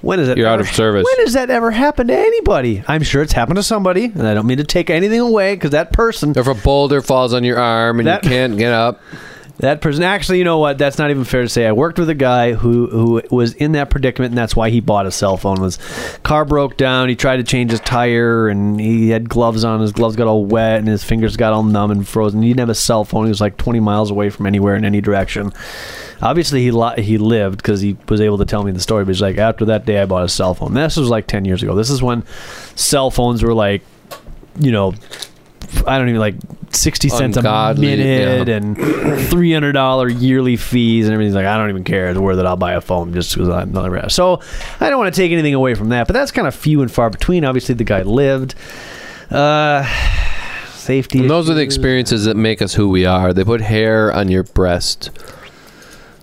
S1: When is that
S4: You're out
S1: ever-
S4: of service.
S1: When has that ever happened to anybody? I'm sure it's happened to somebody, and I don't mean to take anything away because that person
S2: If a boulder falls on your arm and
S1: That-
S2: you can't get up,
S1: That person actually, you know what? That's not even fair to say. I worked with a guy who who was in that predicament, and that's why he bought a cell phone. Was car broke down? He tried to change his tire, and he had gloves on. His gloves got all wet, and his fingers got all numb and frozen. He didn't have a cell phone. He was like 20 miles away from anywhere in any direction. Obviously, he li- he lived because he was able to tell me the story. But he's like, after that day, I bought a cell phone. This was like 10 years ago. This is when cell phones were like, you know, I don't even like sixty cents
S2: Ungodly,
S1: a minute
S2: yeah.
S1: and three hundred dollar yearly fees and everything's like I don't even care. It's worth it. I'll buy a phone just because I'm not around. So I don't want to take anything away from that, but that's kind of few and far between. Obviously, the guy lived. Uh, safety.
S2: And those are the
S1: issues.
S2: experiences that make us who we are. They put hair on your breast.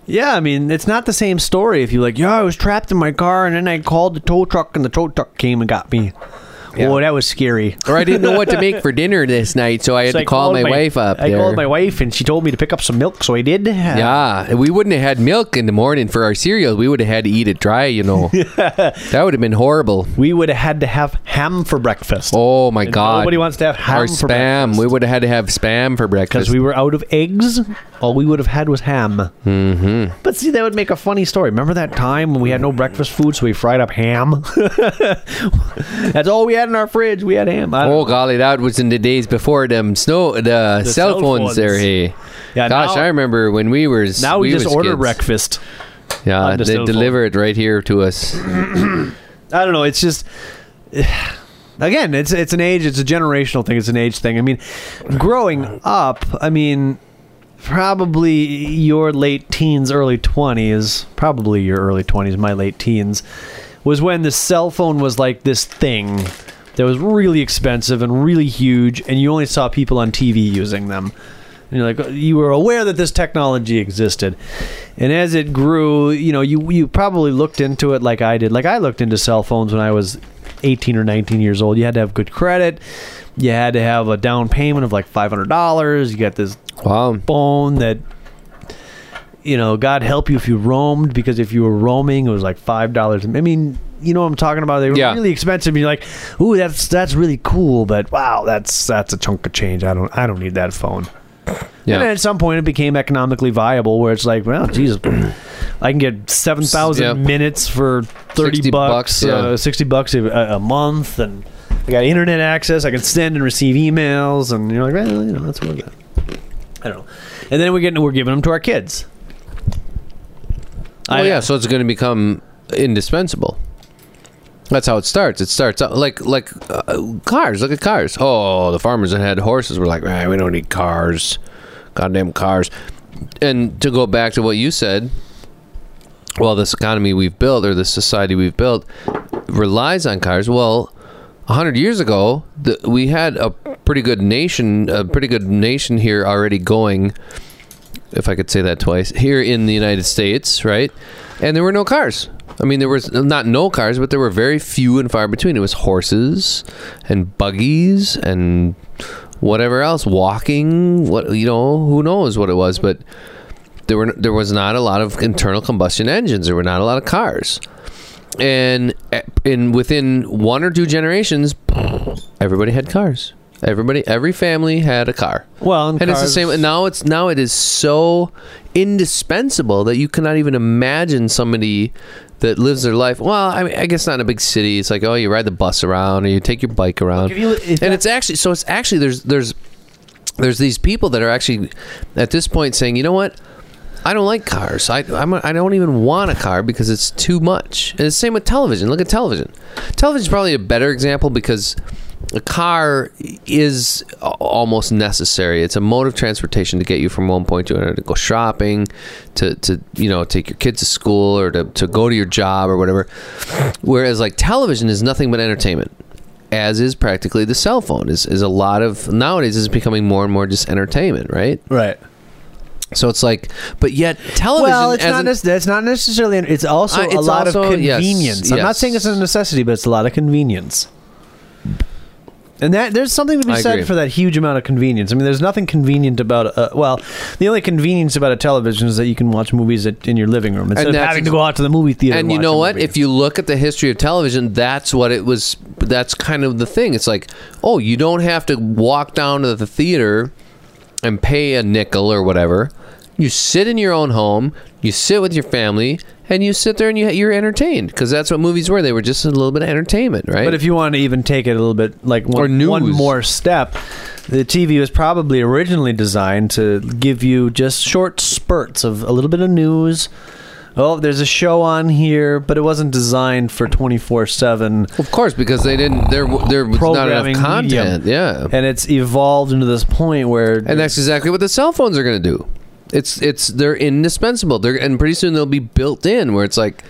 S1: Yeah, I mean, it's not the same story if you like, yeah, I was trapped in my car and then I called the tow truck and the tow truck came and got me. Oh, that was scary.
S2: Or I didn't know what to make for dinner this night, so I had
S1: So
S2: to call my, wife up.
S1: I
S2: there.
S1: called my wife and she told me to pick up some milk, so I did.
S2: Yeah, we wouldn't have had milk in the morning for our cereal. We would have had to eat it dry, you know. that would have been horrible.
S1: We would have had to have ham for breakfast.
S2: Oh my god.
S1: nobody wants to have ham
S2: Our
S1: for
S2: spam.
S1: breakfast.
S2: We would have had to have spam for
S1: Because
S2: breakfast.
S1: we were out of eggs, all we would have had was ham. Mm-hmm. But see, that would make a funny story. Remember that time when we had no breakfast food, so we fried up ham? That's all we had in our fridge. We had ham. I don't
S2: oh golly, that was in the days before them snow the, cell,
S1: cell
S2: phones,
S1: phones.
S2: there. Hey,
S1: Yeah,
S2: gosh,
S1: now-
S2: I remember when we were
S1: now we, just
S2: was
S1: order
S2: kids.
S1: breakfast.
S2: Yeah,
S1: on the
S2: they
S1: cell
S2: deliver it right here to us.
S1: I don't know. It's just again, it's it's an age, it's a generational thing, it's an age thing. I mean, growing up, I mean, probably your late teens, early twenties, probably your early twenties, my late teens, was when the cell phone was like this thing that was really expensive and really huge, and you only saw people on TV using them. And you're like you were aware that this technology existed, and as it grew, you know you you probably looked into it like I did. Like I looked into cell phones when I was 18 or 19 years old. You had to have good credit. You had to have a down payment of like $500. You got this
S2: Wow.
S1: phone that you know god help you if you roamed because if you were roaming it was like five dollars i mean you know what i'm talking about they were
S2: Yeah.
S1: really expensive and you're like ooh that's that's really cool but wow that's that's a chunk of change i don't i don't need that phone and then
S2: Yeah.
S1: at some point it became economically viable where it's like well jesus i can get 7000
S2: Yeah.
S1: minutes for 30
S2: 60
S1: bucks,
S2: bucks, yeah.
S1: uh, 60 bucks a, a month and i got internet access i can send and receive emails and you're like well you know that's what I don't know. And then we're getting we're giving them to our kids.
S2: Oh
S1: I-
S2: yeah, so it's going to become indispensable. That's how it starts. It starts out like like uh, cars. Look at cars. Oh, the farmers that had horses were like, "Man, we don't need cars, goddamn cars." And to go back to what you said, well, this economy we've built or this society we've built relies on cars. Well, a hundred years ago, the, we had a pretty good nation, a pretty good nation here already going if I could say that twice, here in the United States, right? And there were no cars. I mean, there was not no cars, but there were very few and far between. It was horses and buggies and whatever else, walking. What you know, who knows what it was, but there were there was not a lot of internal combustion engines. There were not a lot of cars, and eh, in within one or two generations, everybody had cars. Everybody, every family had a car
S1: Well, and,
S2: and it's the
S1: cars-
S2: same and now it's now it is so indispensable that you cannot even imagine somebody that lives their life well i mean i guess not in a big city it's like oh you ride the bus around or you take your bike around
S1: If you- if that-
S2: and it's actually so it's actually there's there's there's these people that are actually at this point saying you know what I don't like cars. I I'm a, I don't even want a car because it's too much. And it's the same with television. Look at television. Television's probably a better example because a car is a- almost necessary. It's a mode of transportation to get you from one point to another to go shopping, to, to you know take your kids to school or to, to go to your job or whatever. Whereas like television is nothing but entertainment. As is practically the cell phone is, is a lot of nowadays is becoming more and more just entertainment, right?
S1: right.
S2: So it's like, but yet television.
S1: Well, it's
S2: as
S1: not,
S2: an-
S1: nec- it's not necessarily. It's also a
S2: Uh, it's
S1: lot of
S2: also- yes,
S1: convenience. I'm not
S2: yes.
S1: saying it's a necessity, but it's a lot of convenience. And that there's something to be
S2: I
S1: said
S2: agree.
S1: for that huge amount of convenience. I mean, there's nothing convenient about. Uh, well, the only convenience about a television is that you can watch movies at, in your living room instead of
S2: that's
S1: having
S2: ex-
S1: to go out to the movie theater.
S2: and you
S1: watch
S2: know
S1: a
S2: what?
S1: movie.
S2: If you look at the history of television, that's what it was. That's kind of the thing. It's like, oh, you don't have to walk down to the theater and pay a nickel or whatever You sit in your own home, you sit with your family, and you sit there and you, you're entertained because that's what movies were. They were just a little bit of entertainment, right?
S1: But if you want to even take it a little bit like
S2: Or
S1: one,
S2: news.
S1: one more step, the TV was probably originally designed to give you just short spurts of a little bit of news. Oh, there's a show on here, but it wasn't designed for 24 7
S2: of course, because they didn't, there, w- there was not
S1: programming.
S2: enough content.
S1: medium.
S2: Yeah.
S1: And it's evolved into this point where.
S2: And that's exactly what the cell phones are going to do. It's it's they're indispensable. They're and pretty soon they'll be built in where it's like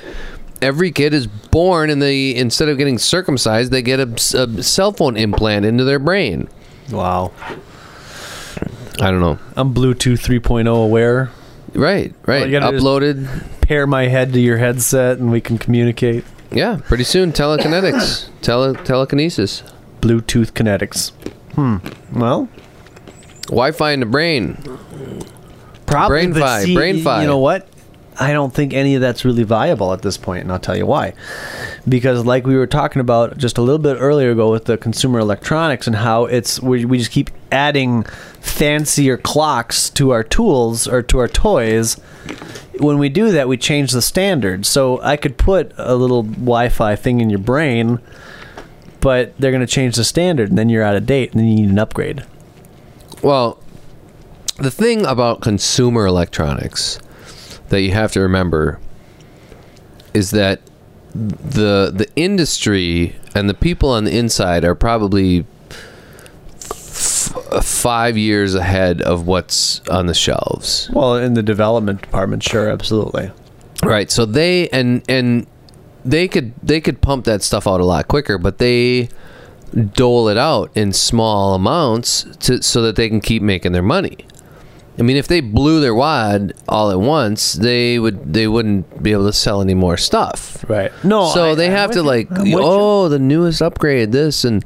S2: every kid is born and they instead of getting circumcised, they get a, a cell phone implant into their brain.
S1: wow.
S2: I don't know.
S1: I'm Bluetooth 3.0 aware.
S2: Right, right.
S1: Well, you gotta just-
S2: Uploaded.
S1: Pair my head to your headset and we can communicate.
S2: Yeah, pretty soon telekinetics, tele telekinesis,
S1: Bluetooth kinetics. Hmm. Well,
S2: Wi-Fi in the brain.
S1: Probably,
S2: Brain
S1: but
S2: fi,
S1: see,
S2: brain fi.
S1: You know what? I don't think any of that's really viable at this point, and I'll tell you why. Because, like we were talking about just a little bit earlier ago with the consumer electronics and how it's we, we just keep adding fancier clocks to our tools or to our toys. When we do that, we change the standard. So I could put a little Wi-Fi thing in your brain, but they're going to change the standard, and then you're out of date, and then you need an upgrade.
S2: Well, the thing about consumer electronics that you have to remember is that the the industry and the people on the inside are probably f- five years ahead of what's on the shelves.
S1: Well, in the development department, sure, absolutely.
S2: Right. So they and and they could they could pump that stuff out a lot quicker, but they dole it out in small amounts to so that they can keep making their money. I mean, if they blew their wad all at once, they would they wouldn't be able to sell any more stuff.
S1: Right. No.
S2: so
S1: I-
S2: they
S1: I'm
S2: have
S1: with
S2: to
S1: you.
S2: like,
S1: I'm with you.
S2: oh, the newest upgrade, this and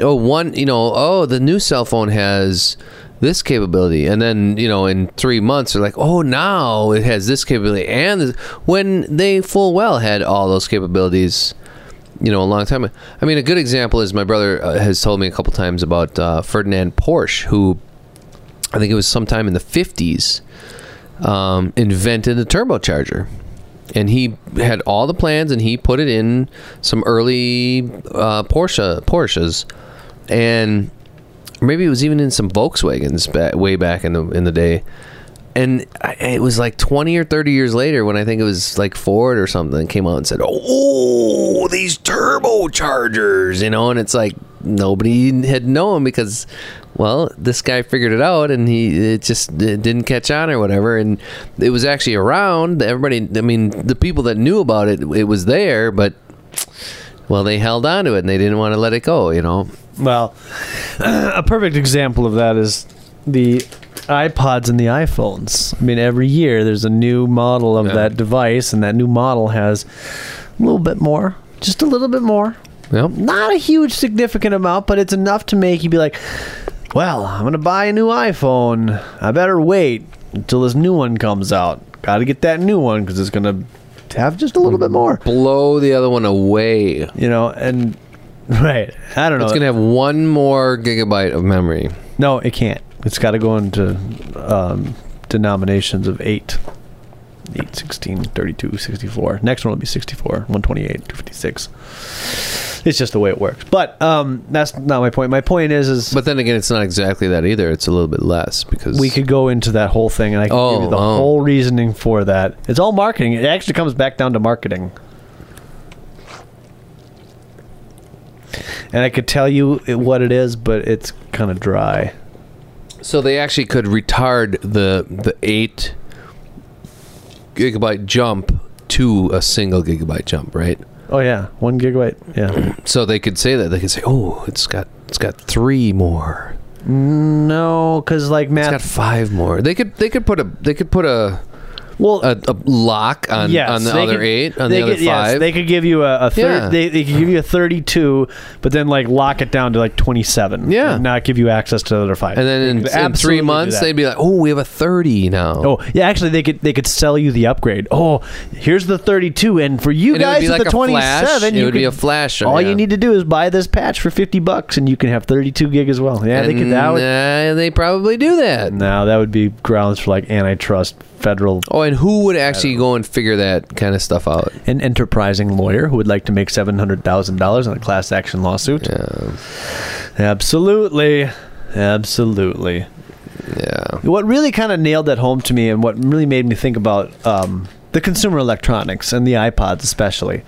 S2: oh, one, you know, oh, the new cell phone has this capability, and then you know, in three months, they're like, oh, now it has this capability, and this. when they full well had all those capabilities. You know, a long time. I mean, a good example is my brother uh, has told me a couple times about uh, Ferdinand Porsche, who I think it was sometime in the 50s, um, invented the turbocharger. And he had all the plans and he put it in some early uh, Porsche Porsches. And maybe it was even in some Volkswagens ba- way back in the in the day. And I, it was like 20 or 30 years later when I think it was like Ford or something came out and said, "Oh, these turbochargers," you know, and it's like nobody had known because well, this guy figured it out and he it just it didn't catch on or whatever and it was actually around. Everybody, I mean, the people that knew about it, it was there, but well, they held on to it and they didn't want to let it go, you know.
S1: Well, a perfect example of that is the iPods and the iPhones. I mean, every year there's a new model of
S2: Yeah.
S1: that device, and that new model has a little bit more, just a little bit more.
S2: Yep.
S1: Not a huge significant amount, but it's enough to make you be like, well, I'm going to buy a new iPhone. I better wait until this new one comes out. Got to get that new one because it's going to have just a little bit more.
S2: blow the other one away.
S1: you know, and right. I don't know.
S2: It's gonna have one more gigabyte of memory.
S1: no, it can't. It's got to go into um, denominations of 8. 8, 16, 32, 64. Next one will be 64, 128, 256. It's just the way it works. But um, that's not my point. My point is is
S2: But then again, it's not exactly that either. It's a little bit less because
S1: we could go into that whole thing and I can give you
S2: Oh,
S1: the
S2: oh.
S1: whole reasoning for that. It's all marketing. It actually comes back down to marketing. And I could tell you it- what it is, but it's kind of dry.
S2: So they actually could retard the the eight gigabyte jump to a single gigabyte jump, right?
S1: Oh yeah, one gigabyte. Yeah.
S2: So they could say that they could say, "Oh, it's got it's got three more.
S1: no, because like
S2: It's
S1: math.
S2: got five more." They could they could put a they could put a
S1: Well,
S2: a, a lock on,
S1: yes,
S2: on the
S1: they
S2: other
S1: could-
S2: eight, on
S1: they
S2: the other
S1: could-
S2: five.
S1: Yes, they could give you a, a thir-
S2: Yeah.
S1: they, they could give you a thirty-two, but then like lock it down to like twenty-seven.
S2: Yeah.
S1: and not give you access to the other five.
S2: and then in,
S1: They could
S2: in
S1: absolutely
S2: three
S1: do
S2: months,
S1: that.
S2: they'd be like, oh, we have a 30 now.
S1: Oh yeah, actually they could they could sell you the upgrade. Oh, here's the 32, and for you
S2: and
S1: guys
S2: it would be
S1: at the
S2: like a
S1: 27,
S2: flash. It
S1: you
S2: would be
S1: could-
S2: a flash.
S1: all
S2: yeah.
S1: you need to do is buy this patch for 50 bucks, and you can have 32 gig as well. Yeah, they could
S2: And,
S1: that. Would,
S2: uh, they probably do that.
S1: no, that would be grounds for like antitrust, federal,
S2: Oh, and who would actually go and figure that kind of stuff out?
S1: an enterprising lawyer who would like to make seven hundred thousand dollars on a class action lawsuit.
S2: Um,
S1: Absolutely, absolutely.
S2: Yeah.
S1: What really kind of nailed that home to me, and what really made me think about um, the consumer electronics and the iPods, especially,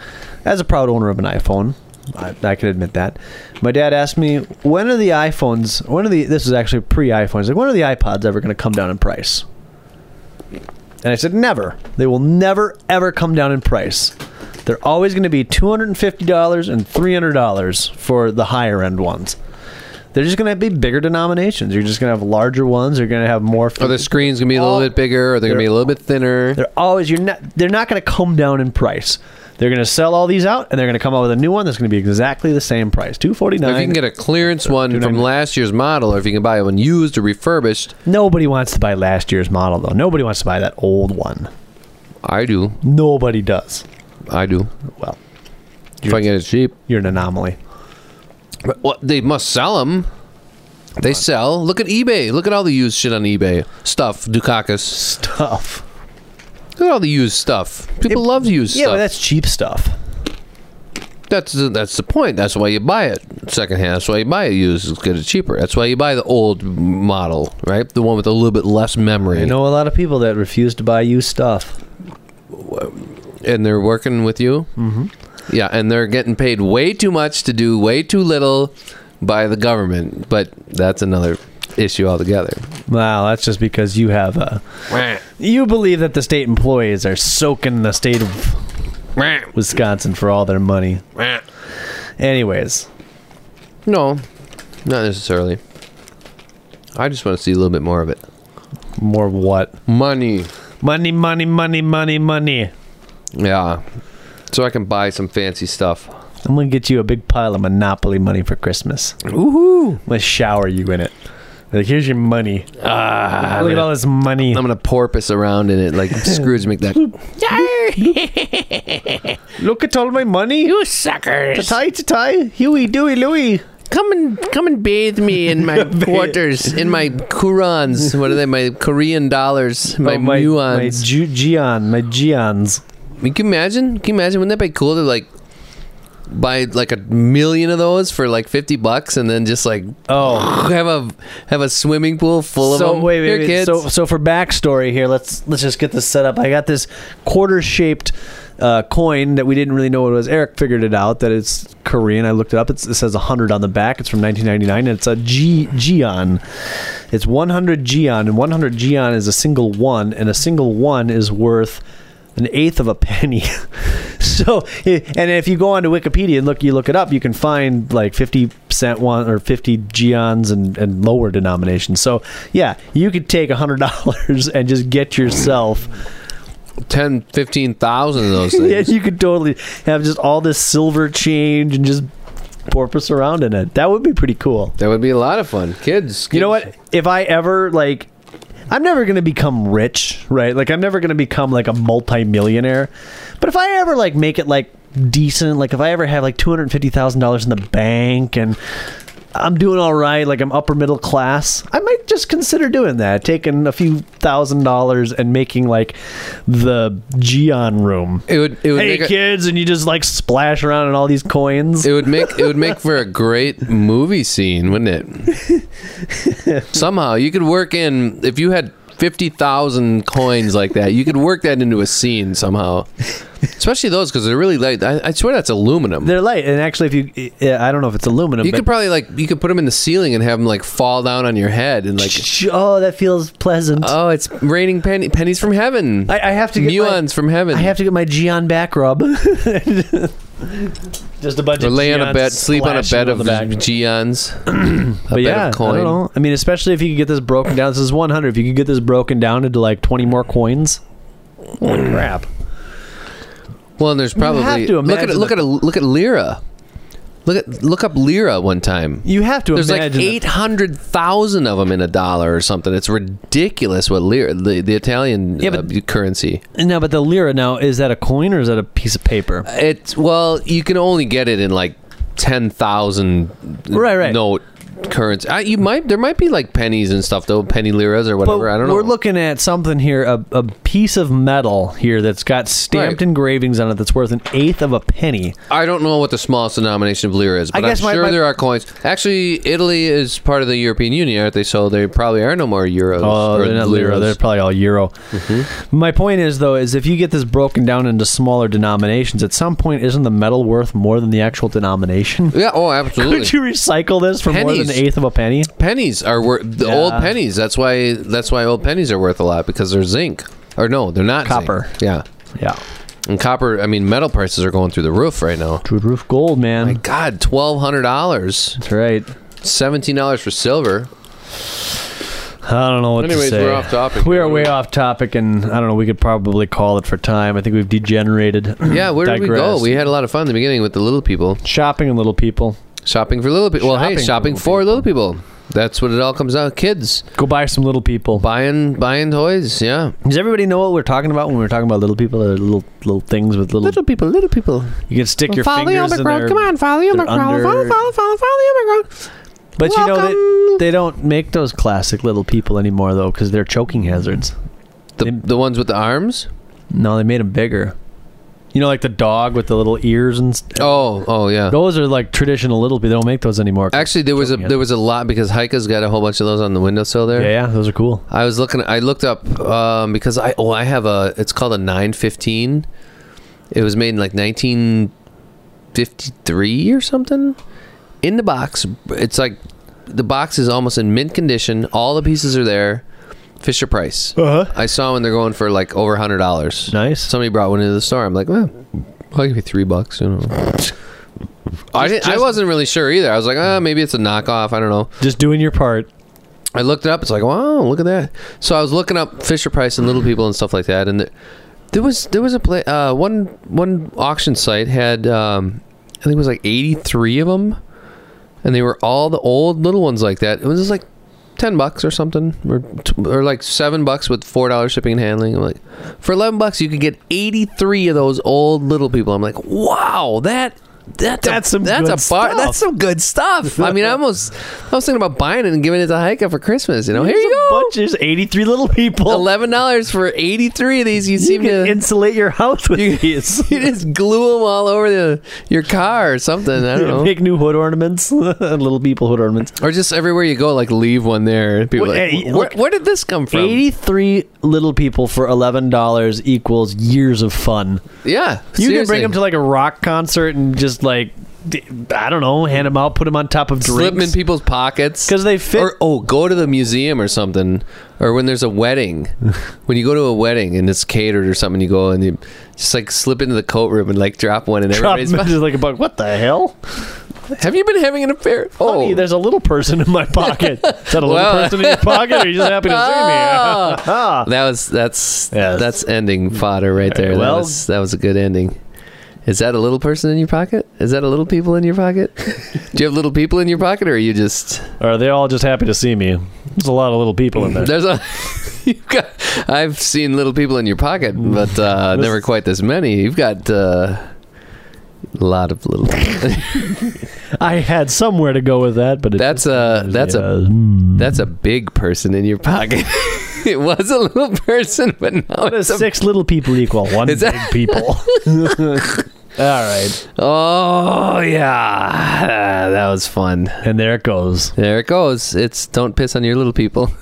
S1: as a proud owner of an iPhone, I, I can admit that. My dad asked me, "When are the iPhones? When are the? This is actually pre-iPhones. Like, when are the iPods ever going to come down in price?" And I said, "Never. They will never ever come down in price. They're always going to be two hundred and fifty dollars and three hundred dollars for the higher end ones." They're just going to be bigger denominations. You're just going to have larger ones. You're going to have more.
S2: Or the screen's gonna be a little bit bigger, or they're gonna be a little bit thinner.
S1: Oh. They're always you're not they're not going to come down in price. They're going to sell all these out and they're going to come out with a new one that's going to be exactly the same price, two forty
S2: If you
S1: nine.
S2: can get a clearance one from last year's model, or if you can buy one used or refurbished,
S1: Nobody wants to buy last year's model though. Nobody wants to buy that old one.
S2: I do.
S1: Nobody does.
S2: I do.
S1: Well,
S2: If I can get it cheap,
S1: you're an anomaly.
S2: but what they must sell them. They sell. Look at eBay. Look at all the used shit on eBay. Stuff. Dukakis.
S1: Stuff.
S2: Look at all the used stuff. People love used
S1: Yeah,
S2: stuff.
S1: but that's cheap stuff.
S2: That's the, that's the point. That's why you buy it secondhand. That's why you buy it used. It's get it cheaper. That's why you buy the old model, right? The one with a little bit less memory.
S1: I know a lot of people that refuse to buy used stuff.
S2: And they're working with you. Mm-hmm. Yeah, and they're getting paid way too much to do way too little by the government. But that's another issue altogether.
S1: Wow, that's just because you have a
S4: Meh,
S1: you believe that the state employees are soaking the state of
S4: meh,
S1: Wisconsin for all their money.
S4: meh.
S1: Anyways,
S2: No, not necessarily. I just want to see a little bit more of it.
S1: more what?
S2: Money.
S1: Money, money, money, money, money.
S2: Yeah. So I can buy some fancy stuff.
S1: I'm gonna get you a big pile of Monopoly money for Christmas.
S2: Woohoo!
S1: I'm gonna shower you in it. Like, here's your money.
S2: Ah.
S1: Look at all this money.
S2: I'm gonna porpoise around in it like Scrooge McDuck.
S1: Look at all my money. You
S2: Suckers!
S1: tie to tie. Huey, Dewey, Louie.
S2: Come and come and bathe me in my quarters, in my kurons. What are they? My Korean dollars, my,
S1: Oh, my my
S2: muons.
S1: Ju- Gian, my Gians.
S2: I mean, can you imagine? Can you imagine? Wouldn't that be cool to like buy like a million of those for like fifty bucks, and then just like
S1: Oh.
S2: have a have a swimming pool full
S1: so
S2: of them?
S1: wait, wait,
S2: Here,
S1: wait.
S2: kids.
S1: So, so for backstory here, let's let's just get this set up. I got this quarter-shaped uh, coin that we didn't really know what it was. Eric figured it out that it's Korean. I looked it up. It's, it says 100 on the back. It's from 1999, and it's a G Geon. It's 100 Geon, and 100 Geon is a single one, and a single one is worth an eighth of a penny. so, i- and if you go onto Wikipedia and look, you look it up, you can find like 50 cent one or 50 geons and, and lower denominations. So, yeah, you could take $100 and just get yourself,
S2: ten, fifteen thousand of those
S1: and
S2: things.
S1: you could totally have just all this silver change and just porpoise around in it. That would be pretty cool.
S2: That would be a lot of fun, kids.
S1: You know
S2: kids-
S1: what? If I ever like, I'm never gonna become rich, right? Like I'm never gonna become like a multimillionaire. But if I ever like make it like decent, like if I ever have like two hundred fifty thousand dollars in the bank and I'm doing all right, like I'm upper middle class, I might just consider doing that, taking a few thousand dollars and making like the Geon room.
S2: It would. It would
S1: Hey
S2: make a-
S1: kids, and you just like splash around in all these coins.
S2: It would make it would make for a great movie scene, wouldn't it? Somehow you could work in if you had fifty thousand coins like that, you could work that into a scene somehow. Especially those because they're really light. I, I swear that's aluminum.
S1: They're light, and actually, if you, I don't know if it's aluminum.
S2: you
S1: but-
S2: could probably like you could put them in the ceiling and have them like fall down on your head and like
S1: Sh- oh, that feels pleasant.
S2: oh it's raining penny, pennies from heaven,
S1: I, I have to get
S2: muons from heaven.
S1: My, I have to get my Gian back rub. Just a bunch
S2: or
S1: of
S2: lay on a
S1: Geons
S2: bed, sleep on a
S1: splashing
S2: bed
S1: on
S2: of
S1: the back.
S2: geons.
S1: But yeah, I don't know. I mean, especially if you could get this broken down. This is 100. If you could get this broken down into like 20 more coins,
S5: Holy
S2: Mm.
S5: crap!
S2: Well, and there's probably
S5: have to
S2: look at
S5: imagine
S2: look
S5: that-
S2: at look at Lyra. Look at look up Lyra one time.
S5: You have to
S2: There's like
S5: imagine that-
S2: eight hundred thousand of them in a dollar or something. It's ridiculous what lira the, the Italian
S1: Yeah,
S2: uh,
S1: but-
S2: currency.
S1: No, but the lira now is that a coin or is that a piece of paper?
S2: It's well, you can only get it in like ten thousand
S5: Right, right.
S2: note currency. I, you might there might be like pennies and stuff though, penny liras or
S1: But
S2: whatever. I don't know.
S1: We're looking at something here, a, a piece of metal here that's got stamped
S2: Right.
S1: engravings on it that's worth an eighth of a penny.
S2: I don't know what the smallest denomination of lira is, but I
S1: guess
S2: am
S1: my-
S2: sure
S1: my-
S2: there are coins. Actually, Italy is part of the European Union, aren't they? So there probably are no more euros
S1: Oh,
S2: or Mm-hmm.
S1: they're not lira.
S2: liras.
S1: They're probably all euro. My point is though, is if you get this broken down into smaller denominations, at some point, isn't the metal worth more than the actual denomination?
S2: Yeah, oh, absolutely.
S1: Could you recycle this for more than an
S2: Pennies.
S1: eighth of a penny?
S2: pennies are worth the
S1: Yeah.
S2: old pennies. That's why that's why old pennies are worth a lot because they're zinc. Or no, they're not zinc.
S1: Copper.
S2: Yeah.
S1: Yeah.
S2: And copper, I mean metal prices are going through the roof right now.
S1: True roof gold, man.
S2: My god, $1200,
S1: That's right.
S2: $17 for silver.
S1: I don't know what to
S2: Anyways,
S1: say.
S2: we're off topic.
S1: We are way off topic, and I don't know. We could probably call it for time. I think we've degenerated.
S2: Yeah, where did we go?
S1: Digressed.
S2: We had a lot of fun in the beginning with the little people.
S1: shopping and little people.
S2: Shopping for little people. Well,
S1: Shopping
S2: hey,
S1: for
S2: shopping
S1: little
S2: for little people. That's what it all comes down. Kids
S1: Go buy some little people.
S2: buying buying toys. Yeah,
S1: Does everybody know what we're talking about when we're talking about little people? They're little little things with little.
S2: people, little people.
S1: You can stick your
S2: follow the
S1: fingers in
S2: Omicron.
S1: there.
S2: Come on, follow the
S1: they're
S2: Omicron. Follow,
S1: under-
S2: follow, follow, follow the Omicron.
S1: But you know
S2: Welcome.
S1: they, they don't make those classic little people anymore though, because they're choking hazards.
S2: The,
S1: They-
S2: the ones with the arms.
S1: No, they made them bigger. You know, like the dog with the little ears and. St-
S2: Oh, oh yeah.
S1: Those are like traditional little people. They don't make those anymore. 'cause-
S2: Actually, there was a
S1: Choking it.
S2: there was a lot because Heika's got a whole bunch of those on the windowsill there.
S1: yeah, yeah, those are cool.
S2: I was looking. I looked up um, because I oh I have a. It's called a nine fifteen. It was made in like nineteen fifty three or something. In the box, it's like the box is almost in mint condition. All the pieces are there. Fisher Price.
S1: Uh huh.
S2: I saw when they're going for like over hundred dollars.
S1: Nice.
S2: Somebody brought one into the store. I'm like, well, I'll give you three bucks. You know. I, didn't, I wasn't really sure either. I was like, ah, maybe it's a knockoff. I don't know.
S1: Just doing your part.
S2: I looked it up. It's like, wow, look at that. So I was looking up Fisher Price and Little People and stuff like that, and there, there was there was a play, uh, one one auction site had um, I think it was like eighty three of them, and they were all the old little ones like that. It was just like ten bucks or something, or t- or like seven bucks with four dollars shipping and handling. I'm like, for eleven bucks you could get eighty three of those old little people. I'm like, wow, that. That's,
S5: That's
S2: a,
S5: some
S2: that's
S5: good
S2: a bar.
S5: stuff.
S2: That's some good stuff. I mean, I almost I was thinking about buying it and giving it to Heike for Christmas. You know, Oh, here
S5: There's
S2: you
S5: a
S2: go,
S5: Bunch, there's 83 little people.
S2: eleven dollars for eighty three of these. You,
S5: You
S2: seem
S5: can
S2: to
S5: insulate your house with these.
S2: you just glue them all over the, your car or something. I don't know,
S5: Make new hood ornaments, little people hood ornaments.
S2: or just everywhere you go, like leave one there. And people are
S5: Well,
S2: like,
S5: hey,
S2: "Wh- where,
S5: look,
S2: where did this come from?
S1: 83 little people for $11 equals years of fun.
S2: Yeah,
S1: You can bring them to like a rock concert and just like, d- I don't know, hand them out, put them on top of
S2: slip 'em in
S1: drinks.
S2: people's pockets
S1: Because they fit.
S2: Or oh, go to the museum or something, or when there's a wedding, when you go to a wedding and it's catered or something, you go and you just like slip into the coat room and like drop one, and
S1: drop
S2: everybody's
S1: 'em in like a buck. What the hell?
S2: Have you been having an affair? Oh,
S1: Honey, there's a little person in my pocket. Is that a little
S2: Well-
S1: person in your pocket? Or are you just happy to see me?
S2: Oh.
S1: Ah.
S2: that was that's
S1: Yes.
S2: that's ending fodder right there.
S1: Well-
S2: that was, that was a good ending. Is that a little person in your pocket? Is that a little people in your pocket? Do you have little people in your pocket, or are you just
S1: Or are they all just happy to see me? There's a lot of little people in there.
S2: there's a? You've got. I've seen little people in your pocket, but uh, never quite this many. You've got uh, a lot of little.
S1: I had somewhere to go with that, but it
S2: That's a that's a
S1: Yeah. Hmm.
S2: that's a big person in your pocket. it was a little person, but now
S1: What
S2: it's
S1: does
S2: a
S1: six little people equal? One
S2: Is
S1: big
S2: that-
S1: people. All right.
S2: Oh yeah, that was fun.
S1: And there it goes.
S2: There it goes. It's don't piss on your little people.